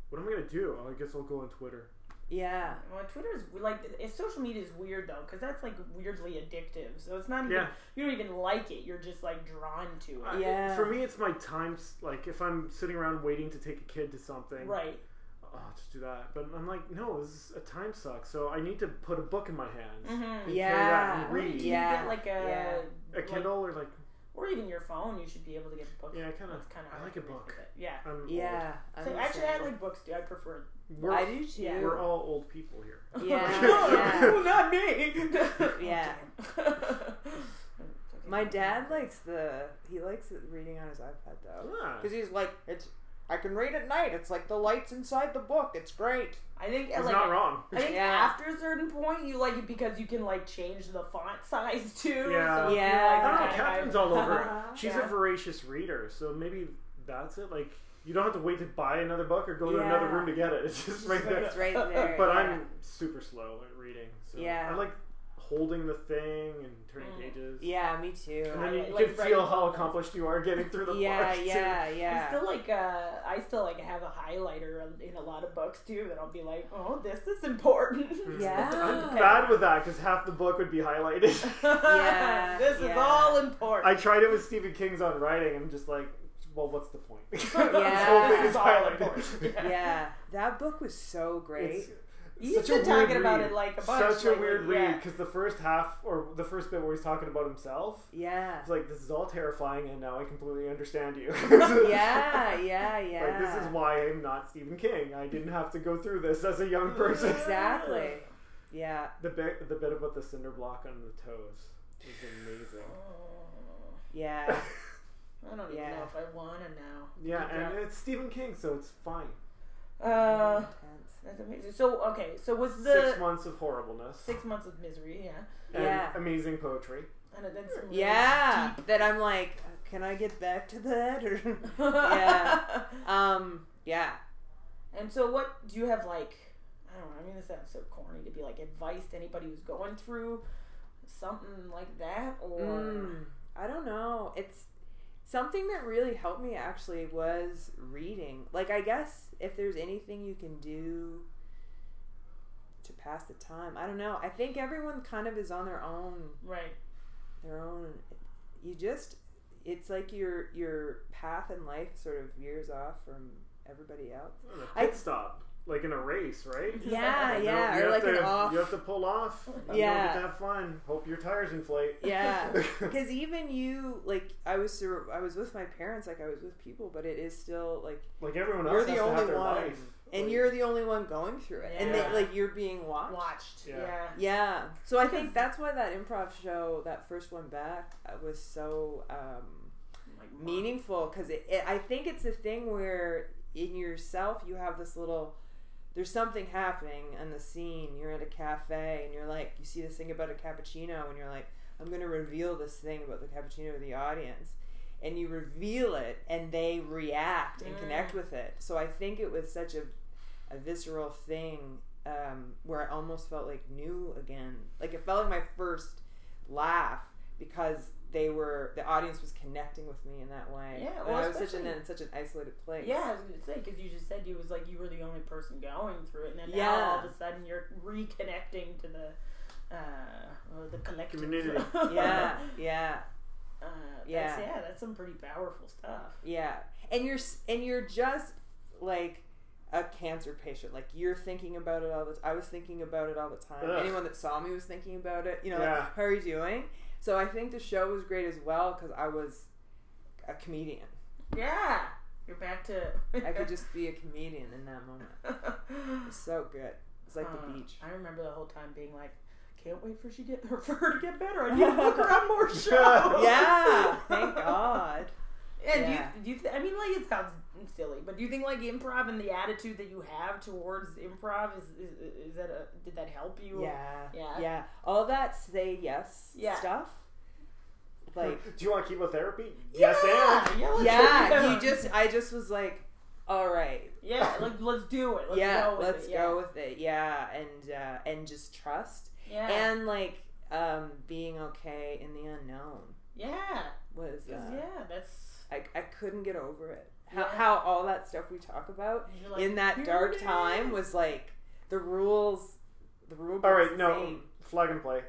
S3: what am I gonna do? Oh, I guess I'll go on Twitter.
S1: yeah
S2: Well, Twitter's like if social media is weird though, because that's like weirdly addictive. So it's not even
S3: Yeah.
S2: you don't even like it. You're just like drawn to it.
S3: I-
S1: Yeah.
S3: for me, it's my time. s- Like if I'm sitting around waiting to take a kid to something,
S2: Right.
S3: oh, I'll just do that. But I'm like, no, this is a time suck. So I need to put a book in my hands.
S2: Mm-hmm.
S3: You carry that
S1: Yeah.
S3: and
S2: Or you
S3: read.
S2: can
S1: Yeah.
S2: get like a,
S1: Yeah.
S3: A
S2: like-
S3: Kindle or like,
S2: or even your phone. You should be able to get books.
S3: yeah, I kind of,
S2: It's kind of
S3: I like a book.
S2: Yeah.
S3: I'm old.
S1: yeah I'm
S2: So
S1: the
S2: actually, I
S1: same.
S2: like books too. I prefer.
S3: We're,
S1: I do too
S2: yeah.
S3: We're all old people here.
S1: Yeah,
S3: yeah.
S2: not me.
S1: Yeah.
S2: Oh, damn.
S1: my dad likes the he likes it reading on his ipad though
S3: Ah,
S1: because he's like it's i can read at night it's like the lights inside the book it's great
S2: I think
S3: it's
S2: like
S3: not wrong.
S2: I think
S1: Yeah.
S2: after a certain point, you like it because you can like change the font size too.
S3: Yeah.
S2: So if you're
S1: Yeah.
S3: I don't know.
S2: like,
S3: Catherine's all over it. She's
S2: Yeah.
S3: a voracious reader, so maybe that's it. Like, you don't have to wait to buy another book or go to
S1: Yeah.
S3: another room to get it. It's just right there.
S1: it's right there
S3: But
S1: yeah.
S3: I'm super slow at reading. So
S1: Yeah.
S3: I like holding the thing and turning
S2: Mm.
S3: pages.
S1: yeah me too
S3: And then you
S2: I like
S3: can
S2: writing
S3: feel how
S2: novels.
S3: accomplished you are getting through the
S1: yeah
S3: book. too.
S1: yeah yeah
S2: I still like uh, I still like have a highlighter in a lot of books too, and I'll be like, oh, this is important.
S1: Yeah.
S3: I'm bad with that because half the book would be highlighted.
S1: Yeah,
S2: this is
S1: yeah.
S2: all
S3: Hmm. I
S2: important.
S3: tried it with Stephen King's on writing. I'm just like, well, what's the point? this whole
S1: Yeah.
S3: thing
S2: This
S3: is
S2: is all
S3: highlighted.
S2: important.
S1: yeah, that book was so great.
S3: It's-
S2: He's
S3: such a
S2: been talking
S3: weird
S2: about
S3: read.
S2: it like a bunch.
S3: Such a
S2: lately,
S3: weird
S2: yeah.
S3: read because the first half or the first bit where he's talking about himself,
S1: yeah.
S3: it's like this is all terrifying, and now I completely understand you.
S1: Yeah, yeah, yeah.
S3: Like this is why I'm not Stephen King. I didn't have to go through this as a young person.
S1: Exactly. Yeah.
S3: the bit, the bit about the cinder block on the toes was
S2: Oh,
S1: Yeah.
S3: amazing.
S2: I don't even
S1: Yeah.
S2: know if I want to know.
S3: yeah, and
S2: Yeah.
S3: it's Stephen King, so it's fine.
S2: Uh,
S1: Intense.
S2: that's amazing. So okay, so was the
S3: Six months of horribleness
S2: six months of misery? Yeah,
S3: and
S1: Yeah.
S3: amazing poetry.
S2: and then some really
S1: Yeah. That I'm like, "Uh, can I get back to that? Or Yeah. um, yeah.
S2: And so, what do you have like? I don't know. I mean, this sounds so corny to be like advice to anybody who's going through something like that, or
S1: Mm. I don't know. It's something that really helped me actually was reading. Like I guess if there's anything you can do to pass the time, I don't know. I think everyone kind of is on their own
S2: Right.
S1: their own you just it's like your your path in life sort of veers off from everybody else.
S3: On a
S1: I-
S3: pit stop, like in a race, right?
S1: Yeah,
S3: You know,
S1: yeah,
S3: you
S1: or
S3: have
S1: like
S3: to,
S1: an off.
S3: You have to pull off. You
S1: Yeah.
S3: don't get to have fun. Hope your tires inflate.
S1: Yeah. Because even you, like, I was, sur- I was with my parents, like I was with people, but it is still like,
S3: like everyone else
S1: You're
S3: has
S1: the
S3: to
S1: only
S3: have their
S1: one.
S3: life.
S1: and
S3: Like,
S1: you're the only one going through it, and
S2: Yeah.
S1: they, like you're being watched.
S2: Watched.
S3: Yeah.
S2: yeah.
S1: Yeah. So I
S2: Because-
S1: think that's why that improv show, that first one back, uh, was so um,
S2: Like,
S1: meaningful because it, it, I think it's the thing where in yourself you have this little there's something happening on the scene. You're at a cafe and you're like you see this thing about a cappuccino and you're like I'm going to reveal this thing about the cappuccino to the audience. And you reveal it and they react and
S2: Mm.
S1: connect with it. So I think it was such a a visceral thing um, where I almost felt like new again. Like it felt like my first laugh because they were the audience was connecting with me in that way.
S2: Yeah,
S1: And
S2: well,
S1: I was such an
S2: especially-
S1: in such an isolated place.
S2: Yeah, I was gonna say because you just said you was like you were the only person going through it, and then now
S1: Yeah.
S2: all of a sudden you're reconnecting to the uh, uh, the collective
S3: Community.
S1: yeah, yeah,
S2: uh,
S1: Yeah.
S2: That's, yeah, that's some pretty powerful stuff.
S1: yeah. And you're s- and you're just like a cancer patient. Like you're thinking about it all the. T- I was thinking about it all the time.
S3: Ugh.
S1: Anyone that saw me was thinking about it. You know,
S3: Yeah.
S1: like, how are you doing? So I think the show was great as well because I was a comedian.
S2: Yeah, you're back to.
S1: I could just be a comedian in that moment. It's so good. It's like
S2: Uh,
S1: the beach.
S2: I remember the whole time being like, can't wait for she get her for her to get better. I need to book her on more shows.
S1: Yeah, thank God.
S2: And
S1: Yeah.
S2: do you, do you th- I mean, like it sounds silly, but do you think like improv and the attitude that you have towards improv is is, is that a did that help you?
S1: Yeah,
S2: Yeah.
S1: yeah. All that say yes
S2: Yeah.
S1: stuff. Like,
S3: do you want chemotherapy?
S2: Yeah,
S3: Yes, and.
S2: yeah, let's do
S1: yeah, you
S2: it.
S1: just, I just was like, all right,
S2: yeah, like let's do it. Let's
S1: yeah,
S2: go with
S1: let's
S2: it.
S1: go with it, yeah, and uh, and just trust
S2: Yeah, yeah,
S1: and like um, being okay in the unknown
S2: yeah.
S1: was.
S2: 'Cause,
S1: Uh,
S2: yeah, that's
S1: I I couldn't get over it. How
S2: Yeah.
S1: how all that stuff we talk about
S2: you're like,
S1: in that
S2: here
S1: dark
S2: it
S1: time
S2: is.
S1: was like the rules. The rule.
S3: All
S1: book's
S3: right,
S1: the
S3: no,
S1: same.
S3: flag and play.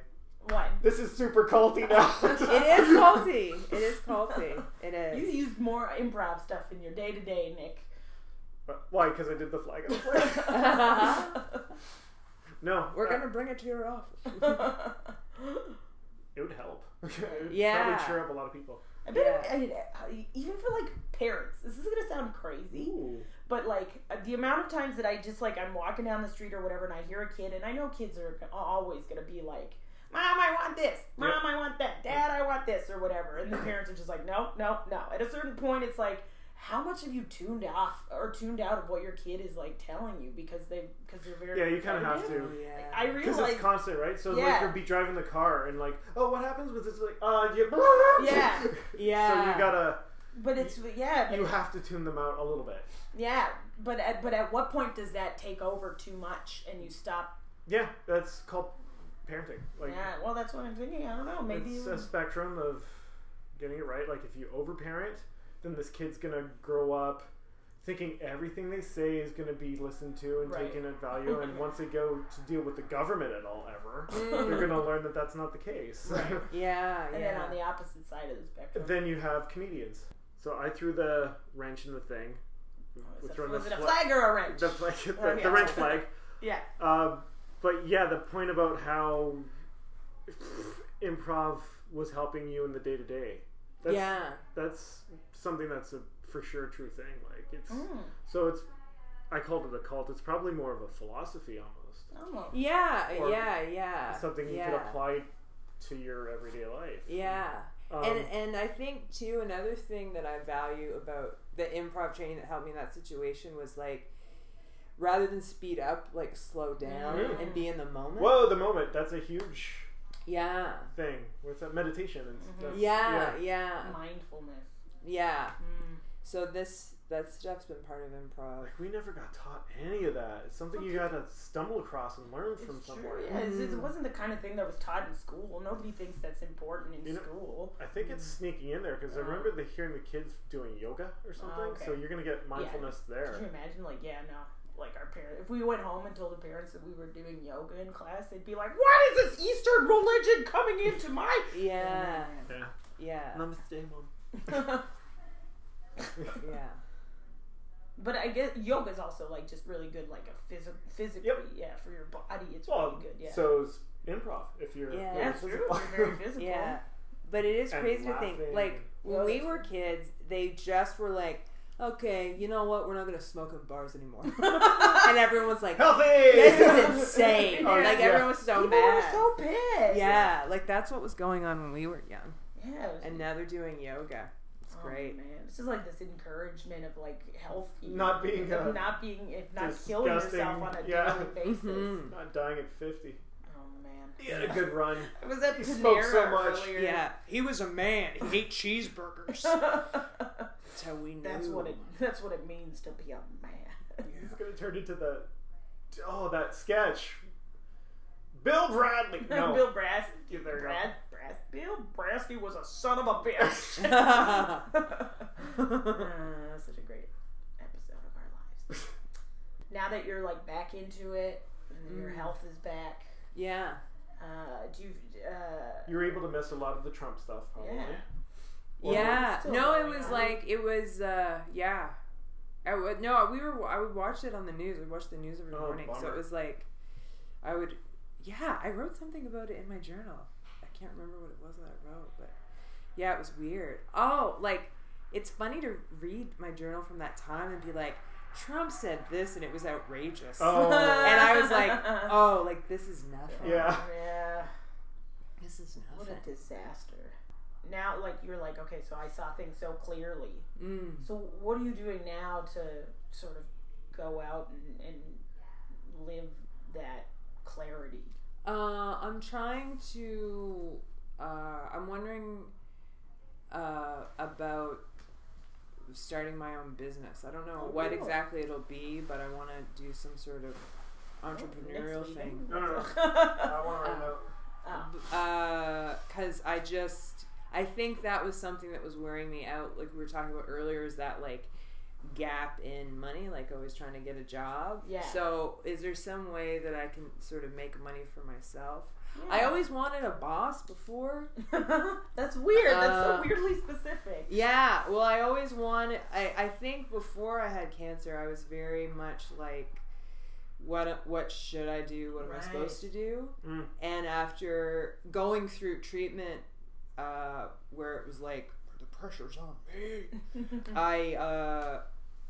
S2: what
S3: This is super culty now.
S1: It is culty. It is culty. It is.
S2: you used more improv stuff in your day to day, Nick.
S3: Why? Because I did the flag and play. No,
S1: We're
S3: uh,
S1: gonna bring it to your office.
S3: It would help. It would
S1: Yeah.
S3: probably cheer up a lot of people.
S2: I bet it- I- even for like parents, this is gonna sound crazy. but like uh, the amount of times that I just like I'm walking down the street or whatever, and I hear a kid, and I know kids are always gonna be like, "Mom, I want this. Mom,
S3: Yep.
S2: I want that. Dad, I want this," or whatever, and the parents are just like, "No, no, no." At a certain point, it's like, how much have you tuned off or tuned out of what your kid is like telling you because they because they're very
S3: Yeah, you kind of have to.
S2: I
S3: Because
S2: realize
S3: it's constant, right? So
S2: Yeah.
S3: like you'll be driving the car and like, oh, what happens with this? Like, uh, you...
S2: Yeah.
S1: Yeah.
S3: So you gotta,
S2: but it's yeah but-
S3: you have to tune them out a little bit.
S2: yeah but at, but at what point does that take over too much and you stop
S3: Yeah, that's called parenting. Like,
S2: yeah well that's what I'm thinking I don't know maybe
S3: it's
S2: it
S3: a
S2: was-
S3: spectrum of getting it right. Like, if you overparent, then this kid's gonna grow up thinking everything they say is gonna be listened to and
S2: Right.
S3: taken at value. and once they go to deal with the government at all, ever, they're gonna learn that that's not the case.
S2: Mm. Right.
S1: Yeah.
S2: and then
S1: yeah.
S2: on the opposite side of the spectrum
S3: then you have comedians. So I threw the wrench in the thing. We're
S2: Was,
S3: throwing
S2: was
S3: the
S2: it a
S3: fla-
S2: Oh, flag Oh, or a wrench?
S3: The, flag, the,
S2: Okay.
S3: the wrench flag.
S2: yeah.
S3: Um, but yeah, the point about how improv was helping you in the day to day. That's
S1: yeah.
S3: that's something that's a for sure true thing. Like it's
S1: Mm.
S2: Mm.
S3: so it's I called it a cult. It's probably more of a philosophy almost.
S2: Oh.
S1: Yeah.
S3: Or
S1: Yeah. Yeah.
S3: Something you
S1: yeah.
S3: could apply to your everyday life.
S1: Yeah.
S3: Um,
S1: and and I think too another thing that I value about the improv training that helped me in that situation was like rather than speed up, like slow down
S3: Mhm.
S1: and be in the moment.
S3: whoa, the moment. That's a huge
S1: Yeah.
S3: thing. uh, What's that
S2: Mm-hmm.
S3: meditation and stuff?
S1: Yeah, yeah, yeah,
S3: Mm.
S2: Mindfulness.
S1: So this that stuff's been part of improv.
S3: Like we never got taught any of that. It's something you gotta stumble across and learn from
S2: It's
S3: somewhere.
S2: true. Yeah, it's- it
S1: Mm.
S2: wasn't the kind of thing that was taught in school. Nobody thinks that's important in
S3: You know-
S2: school.
S3: I think it's sneaking in there because I
S2: Oh.
S3: remember the, hearing the kids doing yoga or something.
S2: okay.
S3: So you're gonna get mindfulness
S2: Could you
S3: there.
S2: imagine? Like, yeah, no. Like our parents, if we went home and told the parents that we were doing yoga in class, they'd be like, "What is this Eastern religion coming into my?"
S1: Yeah,
S3: Yeah.
S1: yeah,
S3: Namaste, mom.
S1: yeah.
S2: but I guess yoga's also like just really good, like a physical, physically, yeah, for your body. It's
S3: Well,
S2: really good. Yeah,
S3: so's improv. If you're
S1: Yeah.
S3: really
S2: that's true.
S3: physical.
S2: You're very physical.
S1: Yeah. But it is
S3: And
S1: crazy to think.
S3: laughing.
S1: Like, when we
S2: Yes.
S1: were kids, they just were like, okay, you know what? We're not going to smoke in bars anymore. and everyone was like,
S3: Healthy.
S1: this is insane.
S2: Oh,
S1: like,
S3: yeah.
S1: everyone was so
S2: People
S1: mad.
S2: were so pissed.
S1: yeah, like that's what was going on when we were young.
S2: yeah. it was-
S1: And now they're doing yoga. It's
S2: oh,
S1: great.
S2: man. This is like this encouragement of like health,
S3: Not being,
S2: of
S3: uh,
S2: not being, if not killing
S3: disgusting,
S2: yourself on a
S3: yeah.
S2: daily basis.
S1: Mhm.
S3: Not dying at fifty.
S2: Oh man.
S3: He had a good run.
S2: I was at
S3: He
S2: Panera
S3: smoked so much.
S2: earlier.
S1: Yeah, he was a man. He ate cheeseburgers. that's how we knew.
S2: that's what it. That's what it means to be a man.
S3: He's gonna turn into the oh that sketch. Bill Bradley. No.
S2: Bill Brass.
S3: Yeah, there you go.
S2: Brad, Brass. Bill Brasky was a son of a bitch. Uh, such a great episode of our lives. Now that you're like back into it, and your
S1: Mm.
S2: health is back.
S1: yeah.
S2: Uh, do you? Uh,
S3: You were able to miss a lot of the Trump stuff, probably.
S2: Yeah.
S3: Well,
S1: yeah.
S2: it's still
S1: No, it
S2: going
S1: was
S2: on.
S1: like it was. uh Yeah. I would no. We were. I would watch it on the news. I watched the news every
S3: Oh,
S1: morning, so
S3: bummer.
S1: it was like, I would. Yeah, I wrote something about it in my journal. I can't remember what it was that I wrote, but yeah, it was weird. Oh, like it's funny to read my journal from that time and be like, Trump said this and it was outrageous.
S3: Oh.
S1: And I was like, oh, like this is nothing.
S3: Yeah.
S2: Yeah.
S1: This is
S2: What
S1: nothing.
S2: a disaster. Now, like you're like, okay, so I saw things so clearly.
S1: Mm.
S2: So what are you doing now to sort of go out and, and live that clarity?
S1: Uh, I'm trying to. Uh, I'm wondering uh, about starting my own business. I don't know
S2: Oh,
S1: what
S2: cool.
S1: exactly it'll be, but I want to do some sort of
S2: Oh,
S1: entrepreneurial
S2: Next
S1: thing.
S2: meeting?
S3: No, no, no. I want to
S1: Uh,
S3: know.
S2: Oh.
S1: because Uh, I just I think that was something that was wearing me out. Like we were talking about earlier, is that like gap in money? Like always trying to get a job.
S2: Yeah.
S1: So is there some way that I can sort of make money for myself? I
S2: Yeah.
S1: always wanted a boss before.
S2: That's weird. That's
S1: Uh,
S2: so weirdly specific.
S1: Yeah. Well, I always wanted. I I think before I had cancer, I was very much like. What, what should I do? What am I
S2: Right.
S1: supposed to do?
S3: Mm.
S1: And after going through treatment, uh, where it was like the pressure's on me, I uh,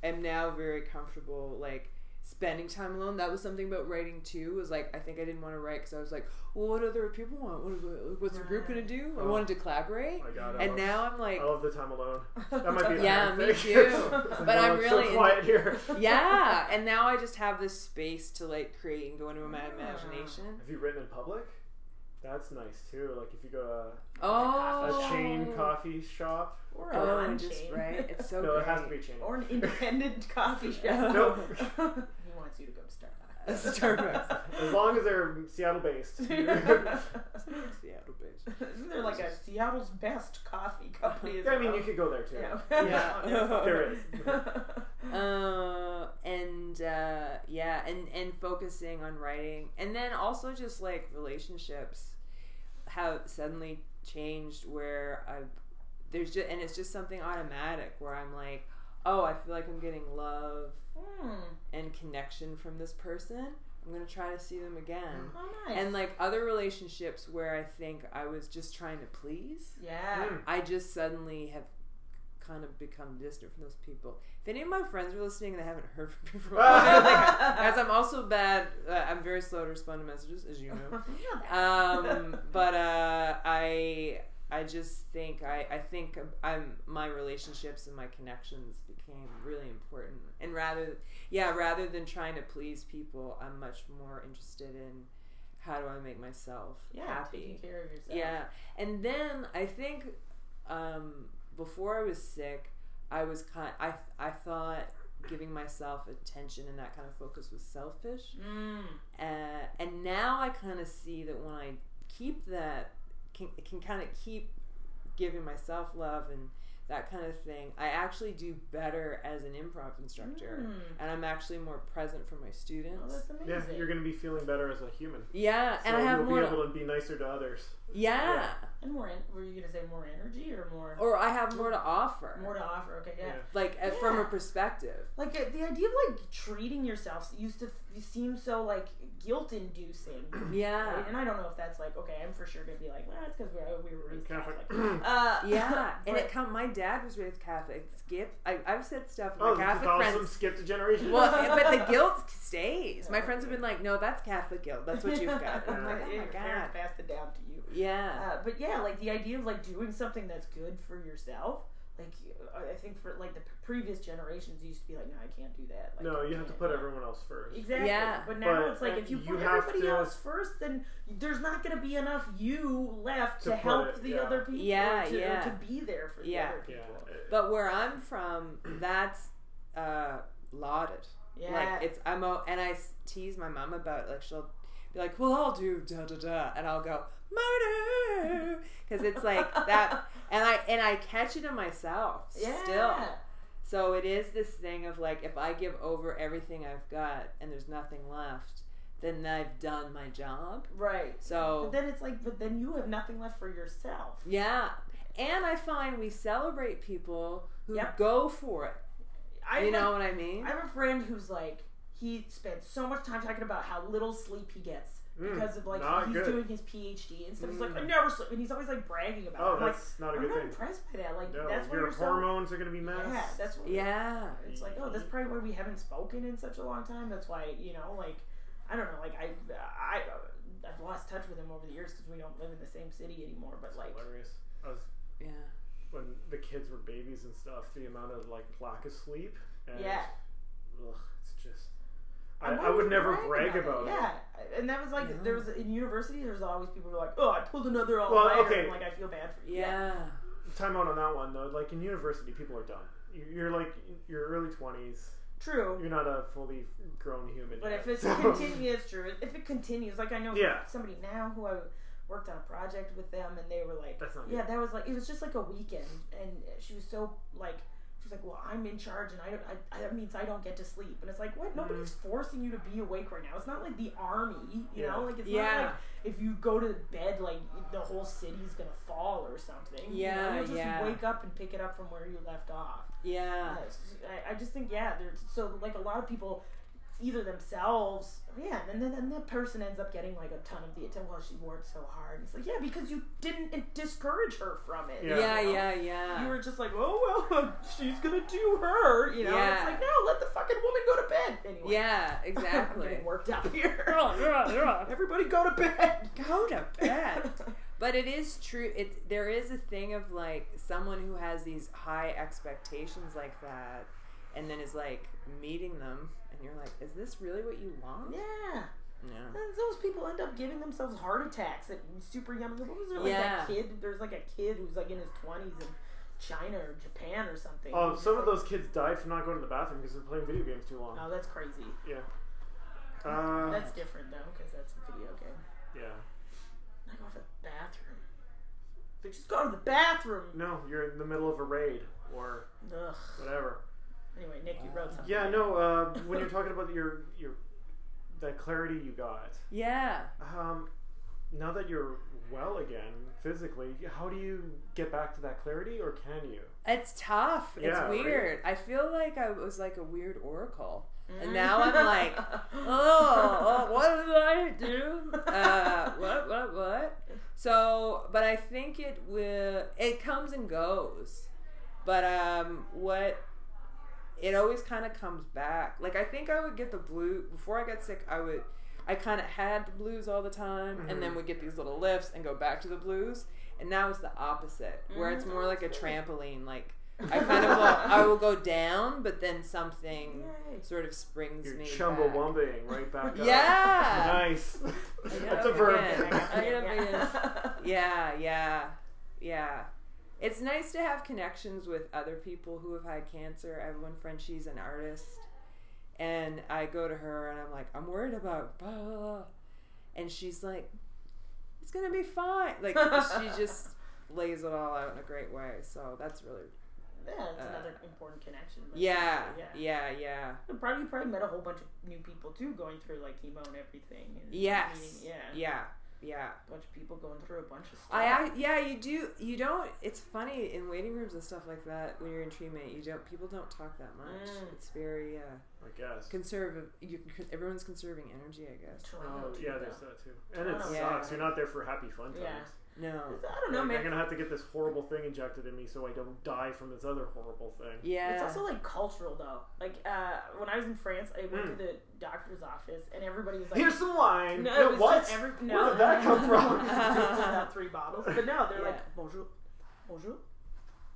S1: am now very comfortable like spending time alone. That was something about writing too. Was like I think I didn't want to write because I was like, well, what other people want? What are, what's the group gonna do? I
S3: Oh.
S1: wanted to collaborate,
S3: I got
S1: and now I'm
S3: I
S1: like,
S3: love the time alone. That might be. a
S1: Yeah,
S3: bad
S1: me
S3: thing.
S1: too.
S3: It's like,
S1: But
S3: oh,
S1: I'm
S3: it's
S1: really in-
S3: so quiet here.
S1: yeah. And now I just have this space to like create and go into my
S2: Ah.
S1: imagination.
S3: Have you written in public? That's nice too. Like if you go to a,
S1: Oh,
S3: a chain coffee shop.
S2: Or a
S1: Oh, and
S2: non-chain.
S1: just right. It's so
S3: no,
S1: great.
S3: it has to be chain.
S2: Or an independent coffee shop.
S3: Nope.
S2: he wants you to go to Starbucks.
S3: As long as they're Seattle based.
S2: Starbucks.
S1: Seattle based.
S2: Isn't there like a Seattle's best coffee company? as
S3: I mean,
S2: well?
S3: you could go there too.
S2: Yeah.
S1: Yeah.
S3: there is.
S1: Uh, and uh, yeah, and and focusing on writing, and then also just like relationships have suddenly changed where I there's just and it's just something automatic where I'm like, oh, I feel like I'm getting love
S2: Hmm.
S1: and connection from this person. I'm gonna try to see them again.
S2: How nice.
S1: And like other relationships where I think I was just trying to please,
S2: yeah.
S3: Mm.
S1: I just suddenly have kind of become distant from those people. If any of my friends are listening and they haven't heard from me for a while, like, guys, I'm also bad. Uh, I'm very slow to respond to messages, as you know.
S3: Mm.
S1: Um, but uh, I, I just think I, I think I'm my relationships and my connections became really important. And rather, yeah, rather than trying to please people, I'm much more interested in how do I make myself
S2: yeah,
S1: happy.
S2: taking care of yourself.
S1: Yeah. And then I think um, before I was sick, I was kind. I I thought giving myself attention and that kind of focus was selfish.
S2: Mm.
S1: Uh, and now I kind of see that when I keep that, can can kind of keep giving myself love and that kind of thing. I actually do better as an improv instructor,
S2: Mm.
S1: and I'm actually more present for my
S2: Oh,
S1: students.
S2: that's
S3: Yeah,
S2: amazing.
S3: you're going to be feeling better as a human.
S1: yeah,
S3: So
S1: and I have
S3: you'll
S1: more.
S3: be able to be nicer to others.
S1: yeah.
S2: and more. En- were you gonna say more energy or more?
S1: or I have more to offer,
S2: more to offer. Okay, yeah.
S3: Yeah.
S1: like uh, from a
S2: Yeah.
S1: perspective.
S2: Like uh, the idea of like treating yourself used to f- seem so like guilt-inducing.
S1: Yeah,
S2: Right? And I don't know if that's like okay. I'm for sure gonna be like, well, that's because we we were raised Catholic.
S3: Catholic.
S2: Uh,
S1: yeah. and
S2: but-
S1: it come. My dad was raised Catholic. Skip. I, I've said stuff.
S3: Oh,
S1: with my Catholic
S3: Catholicism
S1: friends.
S3: skipped a generation.
S1: Well, but the guilt stays. My
S2: Oh,
S1: friends have been like, "No, that's Catholic guilt. That's what you've got." I'm like, "Oh
S2: Your
S1: my god."
S2: parents passed it down to you.
S1: Yeah.
S2: Uh, but yeah, like the idea of like doing something that's good for yourself. Like I I think for like the p- previous generations used to be like, no, I can't do that. Like,
S3: no,
S2: I
S3: you have to
S2: can't."
S3: put everyone else first.
S2: Exactly.
S1: Yeah.
S2: But now
S3: But
S2: it's like if you,
S3: you
S2: put
S3: have
S2: everybody
S3: to-
S2: else first, then there's not going to be enough you left
S3: To
S2: to,
S3: put
S2: help
S3: it,
S2: the
S3: yeah.
S2: other people.
S1: Yeah,
S2: or to, or
S1: yeah.
S2: to be there for
S1: Yeah.
S2: the other
S3: Yeah.
S2: people.
S1: But where I'm from, that's uh, lauded.
S2: Yeah.
S1: Like it's I'm o- and I s- tease my mom about it. like she'll be like, "Well, I'll do da da da," and I'll go murder because it's like that. And I and I catch it in myself
S2: Yeah.
S1: still. So it is this thing of like, if I give over everything I've got and there's nothing left, then I've done my job.
S2: Right. But
S1: So
S2: then it's like, but then you have nothing left for yourself.
S1: yeah. And I find we celebrate people who
S2: Yep.
S1: go for it.
S2: I
S1: you
S2: like,
S1: know what I mean?
S2: I have a friend who's like he spends so much time talking about how little sleep he gets
S1: Hmm.
S3: Mm,
S2: because of like
S3: not
S2: he's
S3: good. Hmm.
S2: doing his PhD and stuff. He's like, I
S1: Mm.
S2: never sleep, and he's always like bragging about.
S3: Oh,
S2: it. I'm like,
S3: that's not a
S2: I'm
S3: good
S2: not
S3: thing.
S2: impressed by that. Like
S3: No,
S2: that's why
S3: your
S2: you're
S3: hormones are going to be
S2: So,
S3: messed.
S2: yeah, that's what,
S1: yeah.
S2: It's like, oh, that's probably why we haven't spoken in such a long time. That's why you know, like, I don't know, like I, I, I've lost touch with him over the years because we don't live in the same city anymore. But
S3: It's
S2: like,
S3: hilarious. I was
S1: Yeah.
S3: when the kids were babies and stuff, the amount of like lack of sleep. And,
S2: Yeah.
S3: Ugh, it's just.
S2: And
S3: I,
S2: why
S3: I would never
S2: you
S3: brag about it.
S2: Yeah, and that was like
S1: No.
S2: there was in university. There's always people who are like, oh, I pulled another all
S3: Well,
S2: nighter.
S3: okay.
S2: and, Like I feel bad for you.
S1: Yeah.
S3: Time out on that one though. Like in university, people are done. You- You're like your early twenties.
S2: true.
S3: You're not a fully grown human.
S2: But
S3: yet,
S2: if it's
S3: so-
S2: continues, it's true. If it continues, like I know
S3: Yeah.
S2: somebody now who I worked on a project with them, and they were like,
S3: that's not.
S2: yeah, that was like it was just like a weekend, and she was so like. She's like, well, I'm in charge, and I don't. I, I- that means I don't get to sleep. And it's like,
S3: Mm-hmm.
S2: what? Nobody's forcing you to be awake right now. It's not like the army, you
S3: Yeah.
S2: know. Like it's not like
S1: Yeah.
S2: if you go to bed, like the whole city's gonna fall or something. you
S1: Yeah,
S2: know? You'll just
S1: yeah.
S2: wake up and pick it up from where you left off.
S1: Yeah.
S2: Yes. I, I just think yeah, there's so like a lot of people, either themselves, yeah, and then then that person ends up getting like a ton of the attention. Well, she worked so hard. And it's like yeah, because you didn't discourage her from it.
S3: Yeah.
S1: Yeah,
S2: you know?
S1: yeah, yeah.
S2: You were just like, oh well, she's gonna do her, you know.
S1: Yeah.
S2: It's like no, let the fucking woman go to bed anyway.
S1: yeah,
S2: I'm
S1: exactly.
S2: getting worked up here.
S1: Go
S2: Everybody go to bed.
S1: to bed. But it is true. It's there is a thing of like someone who has these high expectations like that, and then is like meeting them, and you're like, is this really what you want?
S2: yeah.
S1: No.
S2: And those people end up giving themselves heart attacks at super young. What was there like that
S1: Yeah.
S2: kid? There's like a kid who's like in his twenties in China or Japan or something.
S3: Oh,
S2: He's
S3: some of
S2: just
S3: those
S2: like-
S3: kids died from not going to the bathroom because they're playing video games too long.
S2: Oh, that's crazy.
S3: Yeah. Uh,
S2: That's different though, because that's a video game.
S3: yeah.
S2: I go to the bathroom. They just go to the bathroom.
S3: No, you're in the middle of a raid or
S2: Ugh.
S3: whatever.
S2: Anyway, Nick, you wrote something.
S3: Yeah, no. Uh, when you're talking about your your that clarity you got,
S1: Yeah.
S3: um, now that you're well again physically, how do you get back to that clarity, or can you?
S1: It's tough. It's
S3: Yeah, right?
S1: weird. I feel like I was like a weird oracle. And
S2: Mm.
S1: now I'm like, oh, oh, what did I do? Uh, what, what, what? So, but I think it will, it comes and goes. But um, what, it always kind of comes back. Like, I think I would get the blue, before I got sick, I would, I kind of had the blues all the time and then would get these little lifts and go back to the blues. And now it's the opposite, where it's more like a trampoline. Like, I kind of will, I will go down, but then something
S2: Yay.
S1: sort of springs
S3: You're
S1: me. back.
S3: chumbawumbaing right back up.
S1: Yeah.
S3: Nice.
S1: get
S3: That's a
S1: up
S3: verb.
S1: again. I get up
S2: Yeah.
S1: Yeah, yeah, yeah. It's nice to have connections with other people who have had cancer. I have one friend, she's an artist. And I go to her and I'm like, I'm worried about blah, blah, blah." And she's like, it's going to be fine. Like, she just lays it all out in a great way. So that's really,
S2: Yeah, that's
S1: Uh,
S2: another important connection. but-
S1: yeah,
S2: yeah.
S1: yeah, yeah.
S2: And Probably, probably met a whole bunch of new people too, going through like chemo and everything. And
S1: Yes.
S2: meeting- yeah.
S1: Yeah. Yeah.
S2: A bunch of people going through a bunch of stuff.
S1: I, I yeah, you do you don't it's funny in waiting rooms and stuff like that when you're in treatment, you don't people don't talk that much.
S2: Mm.
S1: It's very uh
S3: I guess.
S1: conservative you, everyone's conserving energy, I guess.
S2: Toronto,
S3: Oh
S2: too,
S3: yeah,
S2: though.
S3: there's that too, and it
S2: Yeah.
S3: sucks. You're not there for happy fun times.
S2: Yeah.
S1: No.
S2: I don't know,
S3: Like, I'm
S2: man.
S3: gonna have to get this horrible thing injected in me so I don't die from this other horrible thing.
S1: Yeah.
S2: It's also like cultural though. Like uh, when I was in France, I went
S3: Mm.
S2: to the doctor's office and everybody was like,
S3: Here's some wine.
S2: No,
S3: Yeah,
S2: it was
S3: what?
S2: just every no.
S3: Where did that come from?
S2: Just about three bottles, but no, they're
S1: Yeah.
S2: like bonjour, bonjour,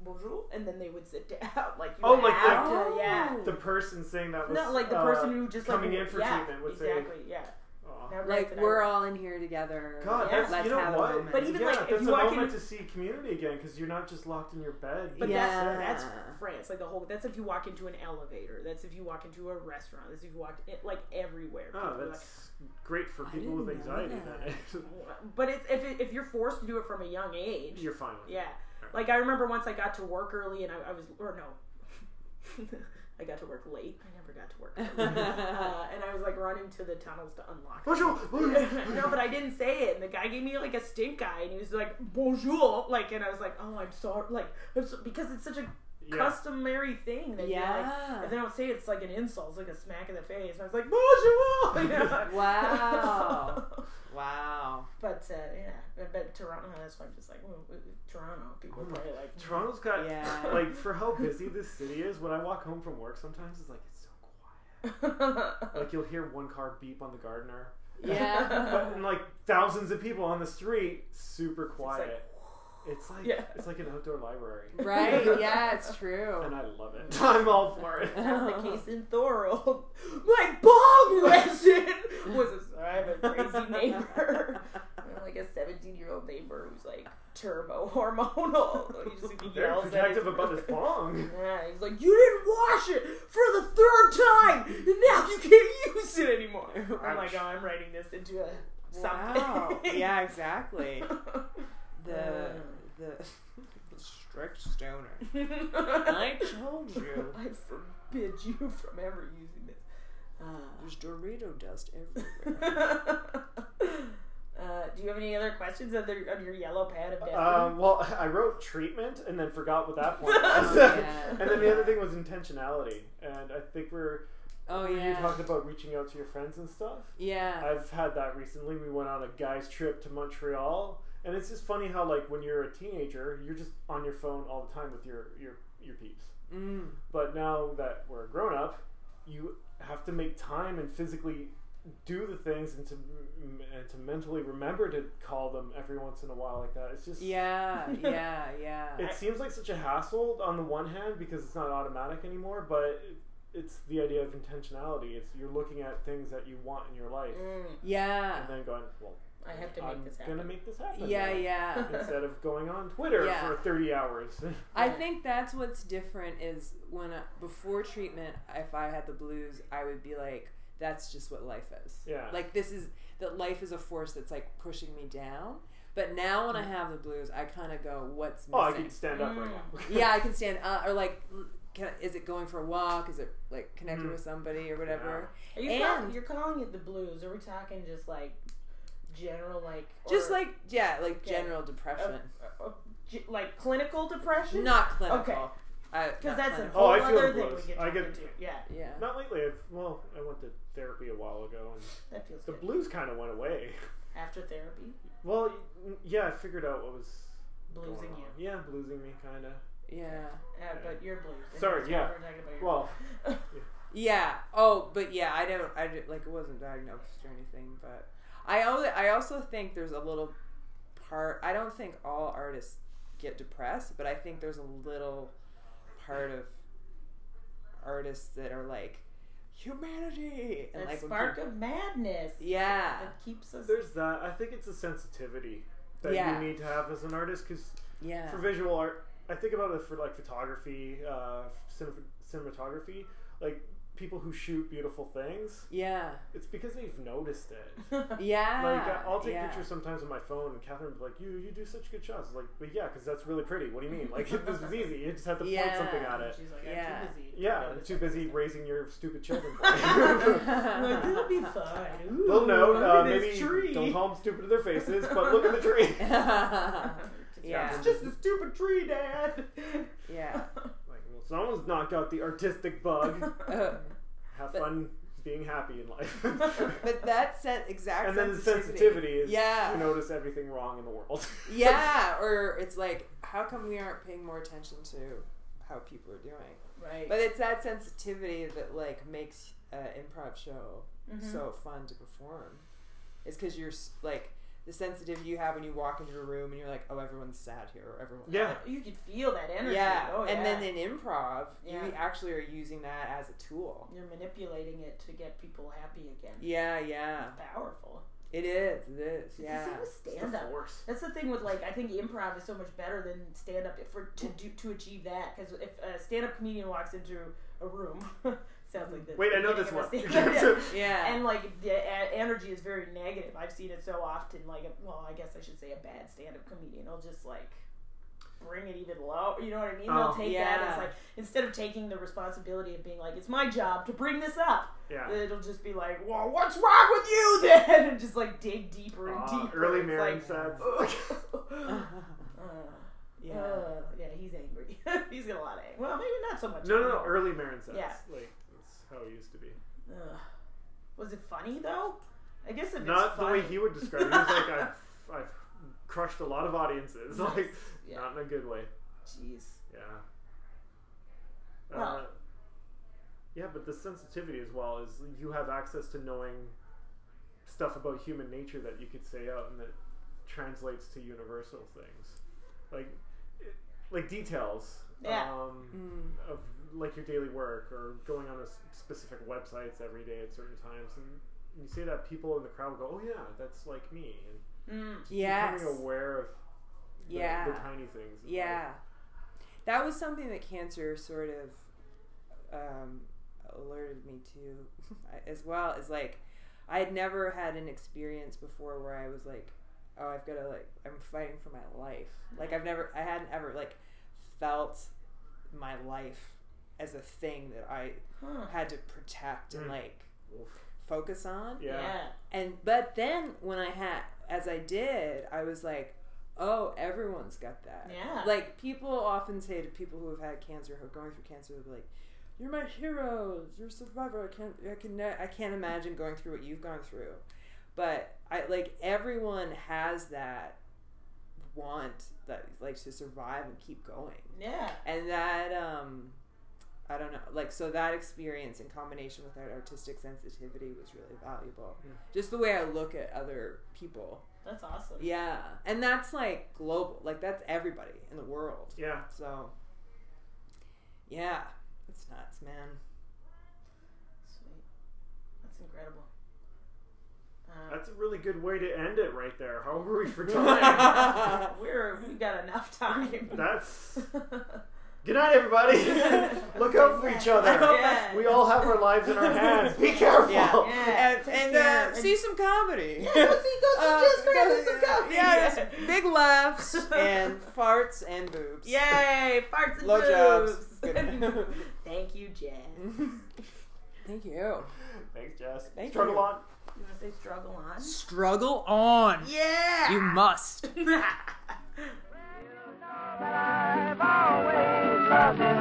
S2: bonjour, and then they would sit down. Like you
S3: Oh, like the-
S2: have to, yeah.
S3: The person saying that was
S2: Not like the
S3: uh,
S2: person who just
S3: coming
S2: like
S3: in for
S2: yeah,
S3: treatment would say-
S2: exactly, yeah.
S3: aw.
S2: Now, right,
S1: like
S2: that I-
S1: we're all in here together.
S3: God,
S2: Yeah.
S3: that's
S1: Let's
S3: you know
S1: have a
S3: what?
S1: moment.
S2: But even,
S3: yeah,
S2: like, if
S3: that's
S2: you
S3: a
S2: walk in-
S3: moment to see community again because you're not just locked in your bed.
S2: But
S1: Yeah.
S2: that's, that's France. Like the whole. That's if you walk into an elevator. That's if you walk into a restaurant. That's if you walk in, like everywhere.
S3: oh,
S2: People are
S3: that's great for
S1: I
S3: people with
S1: didn't know
S3: anxiety.
S1: that.
S3: Then
S2: like- but it's, if it, if you're forced to do it from a young age,
S3: you're fine with
S2: yeah. Like I remember once I got to work early and I, I was or no, I got to work late. I never got to work. Early. uh, and I was like running to the tunnels to unlock.
S3: it. Bonjour.
S2: no, but I didn't say it. And the guy gave me like a stink eye, and he was like, "Bonjour," like, and I was like, "Oh, I'm sorry," like, I'm so, because it's such a
S3: yeah.
S2: customary thing. That yeah. Like,
S1: yeah.
S2: if they don't say it, it's like an insult, it's like a smack in the face. And I was like, "Bonjour!" You know?
S1: Wow. Wow.
S2: but uh, yeah, but Toronto. That's why I'm just like well, uh, Toronto. People
S3: Oh my-
S2: play like
S3: Toronto's got
S1: Yeah.
S3: like for how busy this city is. When I walk home from work, sometimes it's like it's so quiet. Like you'll hear one car beep on the gardener, but
S1: Yeah.
S3: and, like thousands of people on the street, super
S2: like-
S3: quiet. It's like
S2: Yeah. Oh.
S3: it's like an outdoor library,
S1: right? Yeah, it's true.
S3: and I love it. I'm all for it.
S2: That's the case in Thorold. My bong lesson was a sorry, I have a crazy neighbor. I'm like a 17 year old neighbor who's like turbo hormonal. He just
S3: Very
S2: yells at
S3: protective
S2: his-
S3: about his bong.
S2: Yeah, he's like, you didn't wash it for the third time, and now you can't use it anymore. I'm like, oh, I'm writing this into a something.
S1: Wow. Yeah, exactly. The
S2: Uh.
S1: the strict stoner. I told you.
S2: I forbid you from ever using this. Uh,
S1: There's Dorito dust everywhere.
S2: uh, do you have any other questions on, the, on your yellow pad of destiny?
S3: Um, well, I wrote treatment and then forgot what that point was.
S1: Yeah.
S3: And then the other thing was intentionality, and I think we're
S1: Oh
S3: you
S1: yeah.
S3: talked about reaching out to your friends and stuff.
S1: Yeah.
S3: I've had that recently. We went on a guys trip to Montreal, and it's just funny how like when you're a teenager, you're just on your phone all the time with your your your peeps.
S1: Mm.
S3: But now that we're grown up, you have to make time and physically do the things and to and to mentally remember to call them every once in a while like that. It's just
S1: Yeah. Yeah. Yeah.
S3: It seems like such a hassle on the one hand because it's not automatic anymore, but it's the idea of intentionality. It's you're looking at things that you want in your life
S2: Mm,
S1: Yeah.
S3: and then going, well,
S2: I have to make
S3: I'm
S2: this happen.
S3: gonna make this happen.
S1: Yeah.
S3: now,"
S1: Yeah.
S3: Instead of going on Twitter
S1: Yeah.
S3: for 30 hours.
S1: I
S2: Yeah.
S1: think that's what's different is when I, before treatment, if I had the blues, I would be like, "That's just what life is."
S3: yeah.
S1: Like this is that life is a force that's like pushing me down. But now when I have the blues, I kind of go, "What's missing?"
S3: Mm. oh, I could stand up right
S2: Mm.
S3: now.
S1: yeah, I can stand up, or like, can, is it going for a walk? Is it like connecting
S3: Mm.
S1: with somebody or whatever?
S2: Are you call-
S1: and-
S2: you're calling it the blues. Are we talking just like general, like
S1: Just
S2: or-
S1: like yeah, like
S2: Yeah.
S1: general depression,
S2: uh, uh, ge- like clinical depression?
S1: not clinical.
S2: Okay.
S1: I- not
S2: because that's a
S1: clinical.
S2: whole
S3: Oh, I feel
S2: other
S3: the
S2: thing we
S3: blues.
S2: get
S3: I get-
S2: into. Yeah,
S1: yeah.
S3: Not lately. I've, well, I went to therapy a while ago, and
S2: that feels
S3: the
S2: good.
S3: blues kind of went away.
S2: After therapy,
S3: Well, yeah, I figured out what was going
S2: bluesing
S3: on.
S2: you.
S3: Yeah, bluesing me, kind of.
S1: Yeah.
S2: Uh, but your blues. and
S3: Sorry,
S2: that's
S3: yeah.
S2: why We're talking about your
S3: Well,
S1: Yeah. Oh, but yeah, I don't. I don't- like it wasn't diagnosed or anything, but I only. I also think there's a little part. I don't think all artists get depressed, but I think there's a little part of artists that are like humanity and
S2: that
S1: like when
S2: spark
S1: peop-
S2: of madness.
S1: yeah,
S2: That keeps us.
S3: There's that. I think it's a sensitivity that
S1: Yeah.
S3: you need to have as an artist because
S1: yeah,
S3: for visual art, I think about it for like photography, uh, cinema- cinematography, like people who shoot beautiful things.
S1: Yeah.
S3: It's because they've noticed it.
S1: Yeah.
S3: Like I- I'll take
S1: Ah, yeah.
S3: pictures sometimes with my phone, and Catherine will be like, "You you do such good shots." It's like, but yeah, because that's really pretty. What do you mean? Like this is easy. You just have to point
S1: Yeah.
S3: something at it.
S2: She's like, I'm
S1: Yeah.
S2: too busy. to
S3: Yeah, I'm
S2: notice
S3: too
S2: that
S3: busy
S2: stuff."
S3: raising your stupid children.
S2: Like, it'll be fine. Ooh,
S3: They'll know.
S2: look
S3: Uh,
S2: at this
S3: maybe
S2: tree.
S3: don't call them stupid to their faces, but look at the tree.
S1: Yeah.
S2: It's just a stupid tree, Dad.
S1: yeah.
S3: Like, well, someone's knocked out the artistic bug.
S1: Uh,
S3: Have
S1: But-
S3: fun being happy in life.
S1: but that sen- exact
S3: and then the sensitivity
S1: sensitivity
S3: is
S1: Yeah.
S3: you notice everything wrong in the world.
S1: yeah, or it's like, how come we aren't paying more attention to how people are doing?
S2: right.
S1: But it's that sensitivity that like makes an improv show
S2: Mm-hmm.
S3: Mm-hmm.
S1: so fun to perform. It's because you're s- like the sensitivity you have when you walk into a room and you're like, oh, everyone's sad here, or everyone.
S3: yeah.
S2: Uh, you could feel that energy.
S1: Yeah,
S2: Oh,
S1: and then
S2: yeah.
S1: in improv,
S2: Yeah.
S1: you actually are using that as a tool.
S2: you're manipulating it to get people happy again.
S1: Yeah, yeah,
S2: Powerful.
S1: it is. It is.
S2: It's
S1: Yeah,
S2: the same with
S3: It's the
S2: stand up.
S3: force.
S2: That's the thing with like I think improv is so much better than stand up for to do to achieve that because if a stand up comedian walks into a room, sounds like the
S3: Wait, I know
S2: beginning
S3: this
S2: of a
S3: one.
S2: stand-up, yeah.
S1: yeah,
S2: And like the e- energy is very negative. I've seen it so often. Like, a, well, I guess I should say a bad stand-up comedian. will just like bring it even low. You know what I mean?
S3: Oh.
S2: They'll take that
S1: Yeah.
S2: as like instead of taking the responsibility of being like, it's my job to bring this up.
S3: yeah.
S2: It'll just be like, well, what's wrong with you then? And just like dig deeper and
S3: Ah,
S2: deeper.
S3: early
S2: It's
S3: Marin
S2: like, Oh,
S3: said.
S2: Ugh. yeah.
S1: yeah.
S2: yeah, he's angry. he's got a lot of anger. Well, maybe not so much.
S3: No, no, no.
S2: anger.
S3: Early Marin says.
S2: Yeah.
S3: Like that's how it used to be.
S2: Ugh. Was it funny though? I guess if
S3: not
S2: it's
S3: the
S2: funny.
S3: way he would describe it. He was like, I've, I've crushed a lot of audiences. Like,
S2: Yeah.
S3: not in a good way.
S2: Jeez.
S3: Yeah. Uh,
S2: Well-
S3: yeah, but the sensitivity as well is you have access to knowing stuff about human nature that you could say out and that translates to universal things, like it- like details.
S2: Yeah.
S3: Um,
S1: Mm.
S3: of like your daily work or going on a s- specific websites every day at certain times and you see that people in the crowd go oh yeah that's like me and
S2: Mm.
S1: Yes.
S3: becoming aware of the, the
S1: Yeah.
S3: tiny things in
S1: Yeah. That was something that cancer sort of um, alerted me to as well. Is like, I had never had an experience before where I was like, oh, I've got to, like, I'm fighting for my life. Like,
S3: Mm-hmm.
S1: I've never, I hadn't ever, like, felt my life as a thing that I
S2: Huh.
S1: had to protect and,
S3: Mm.
S1: like,
S3: life. Oof.
S1: focus on.
S3: yeah yeah,
S1: And but then when I had as I did, I was like, oh, everyone's got that.
S2: Yeah.
S1: Like people often say to people who have had cancer, who are going through cancer, they're like, "You're my heroes. You're a survivor. I can't. I can. ne- I can't imagine going through what you've gone through." But I like everyone has that want that like to survive and keep going
S2: Yeah.
S1: and that um i don't know like so that experience in combination with that artistic sensitivity was really valuable
S3: Yeah.
S1: just the way i look at other people
S2: That's awesome.
S1: yeah and that's like global like that's everybody in the world so yeah it's nuts man
S2: Sweet. That's incredible. Um,
S3: that's a really good way to end it right there how were we for time
S2: we're we got enough time.
S3: that's good night everybody look out for each other
S2: Yeah.
S3: we all have our lives in our hands be careful
S1: Yeah.
S2: Yeah.
S1: and,
S2: take
S1: and
S2: care.
S1: uh, see some comedy
S2: Yeah, go see, go see
S1: Uh,
S2: Jess Grant
S1: go-
S2: and some comedy.
S1: yeah, it's big laughs and farts and boobs
S2: Yay! Farts and
S1: Blowjobs.
S2: boobs. Thank you, Jess.
S1: thank you
S3: thanks Jess
S1: Thank
S3: struggle
S1: you.
S3: on
S2: You want to say struggle on?
S1: struggle on
S2: Yeah.
S1: must
S4: I've always loved you.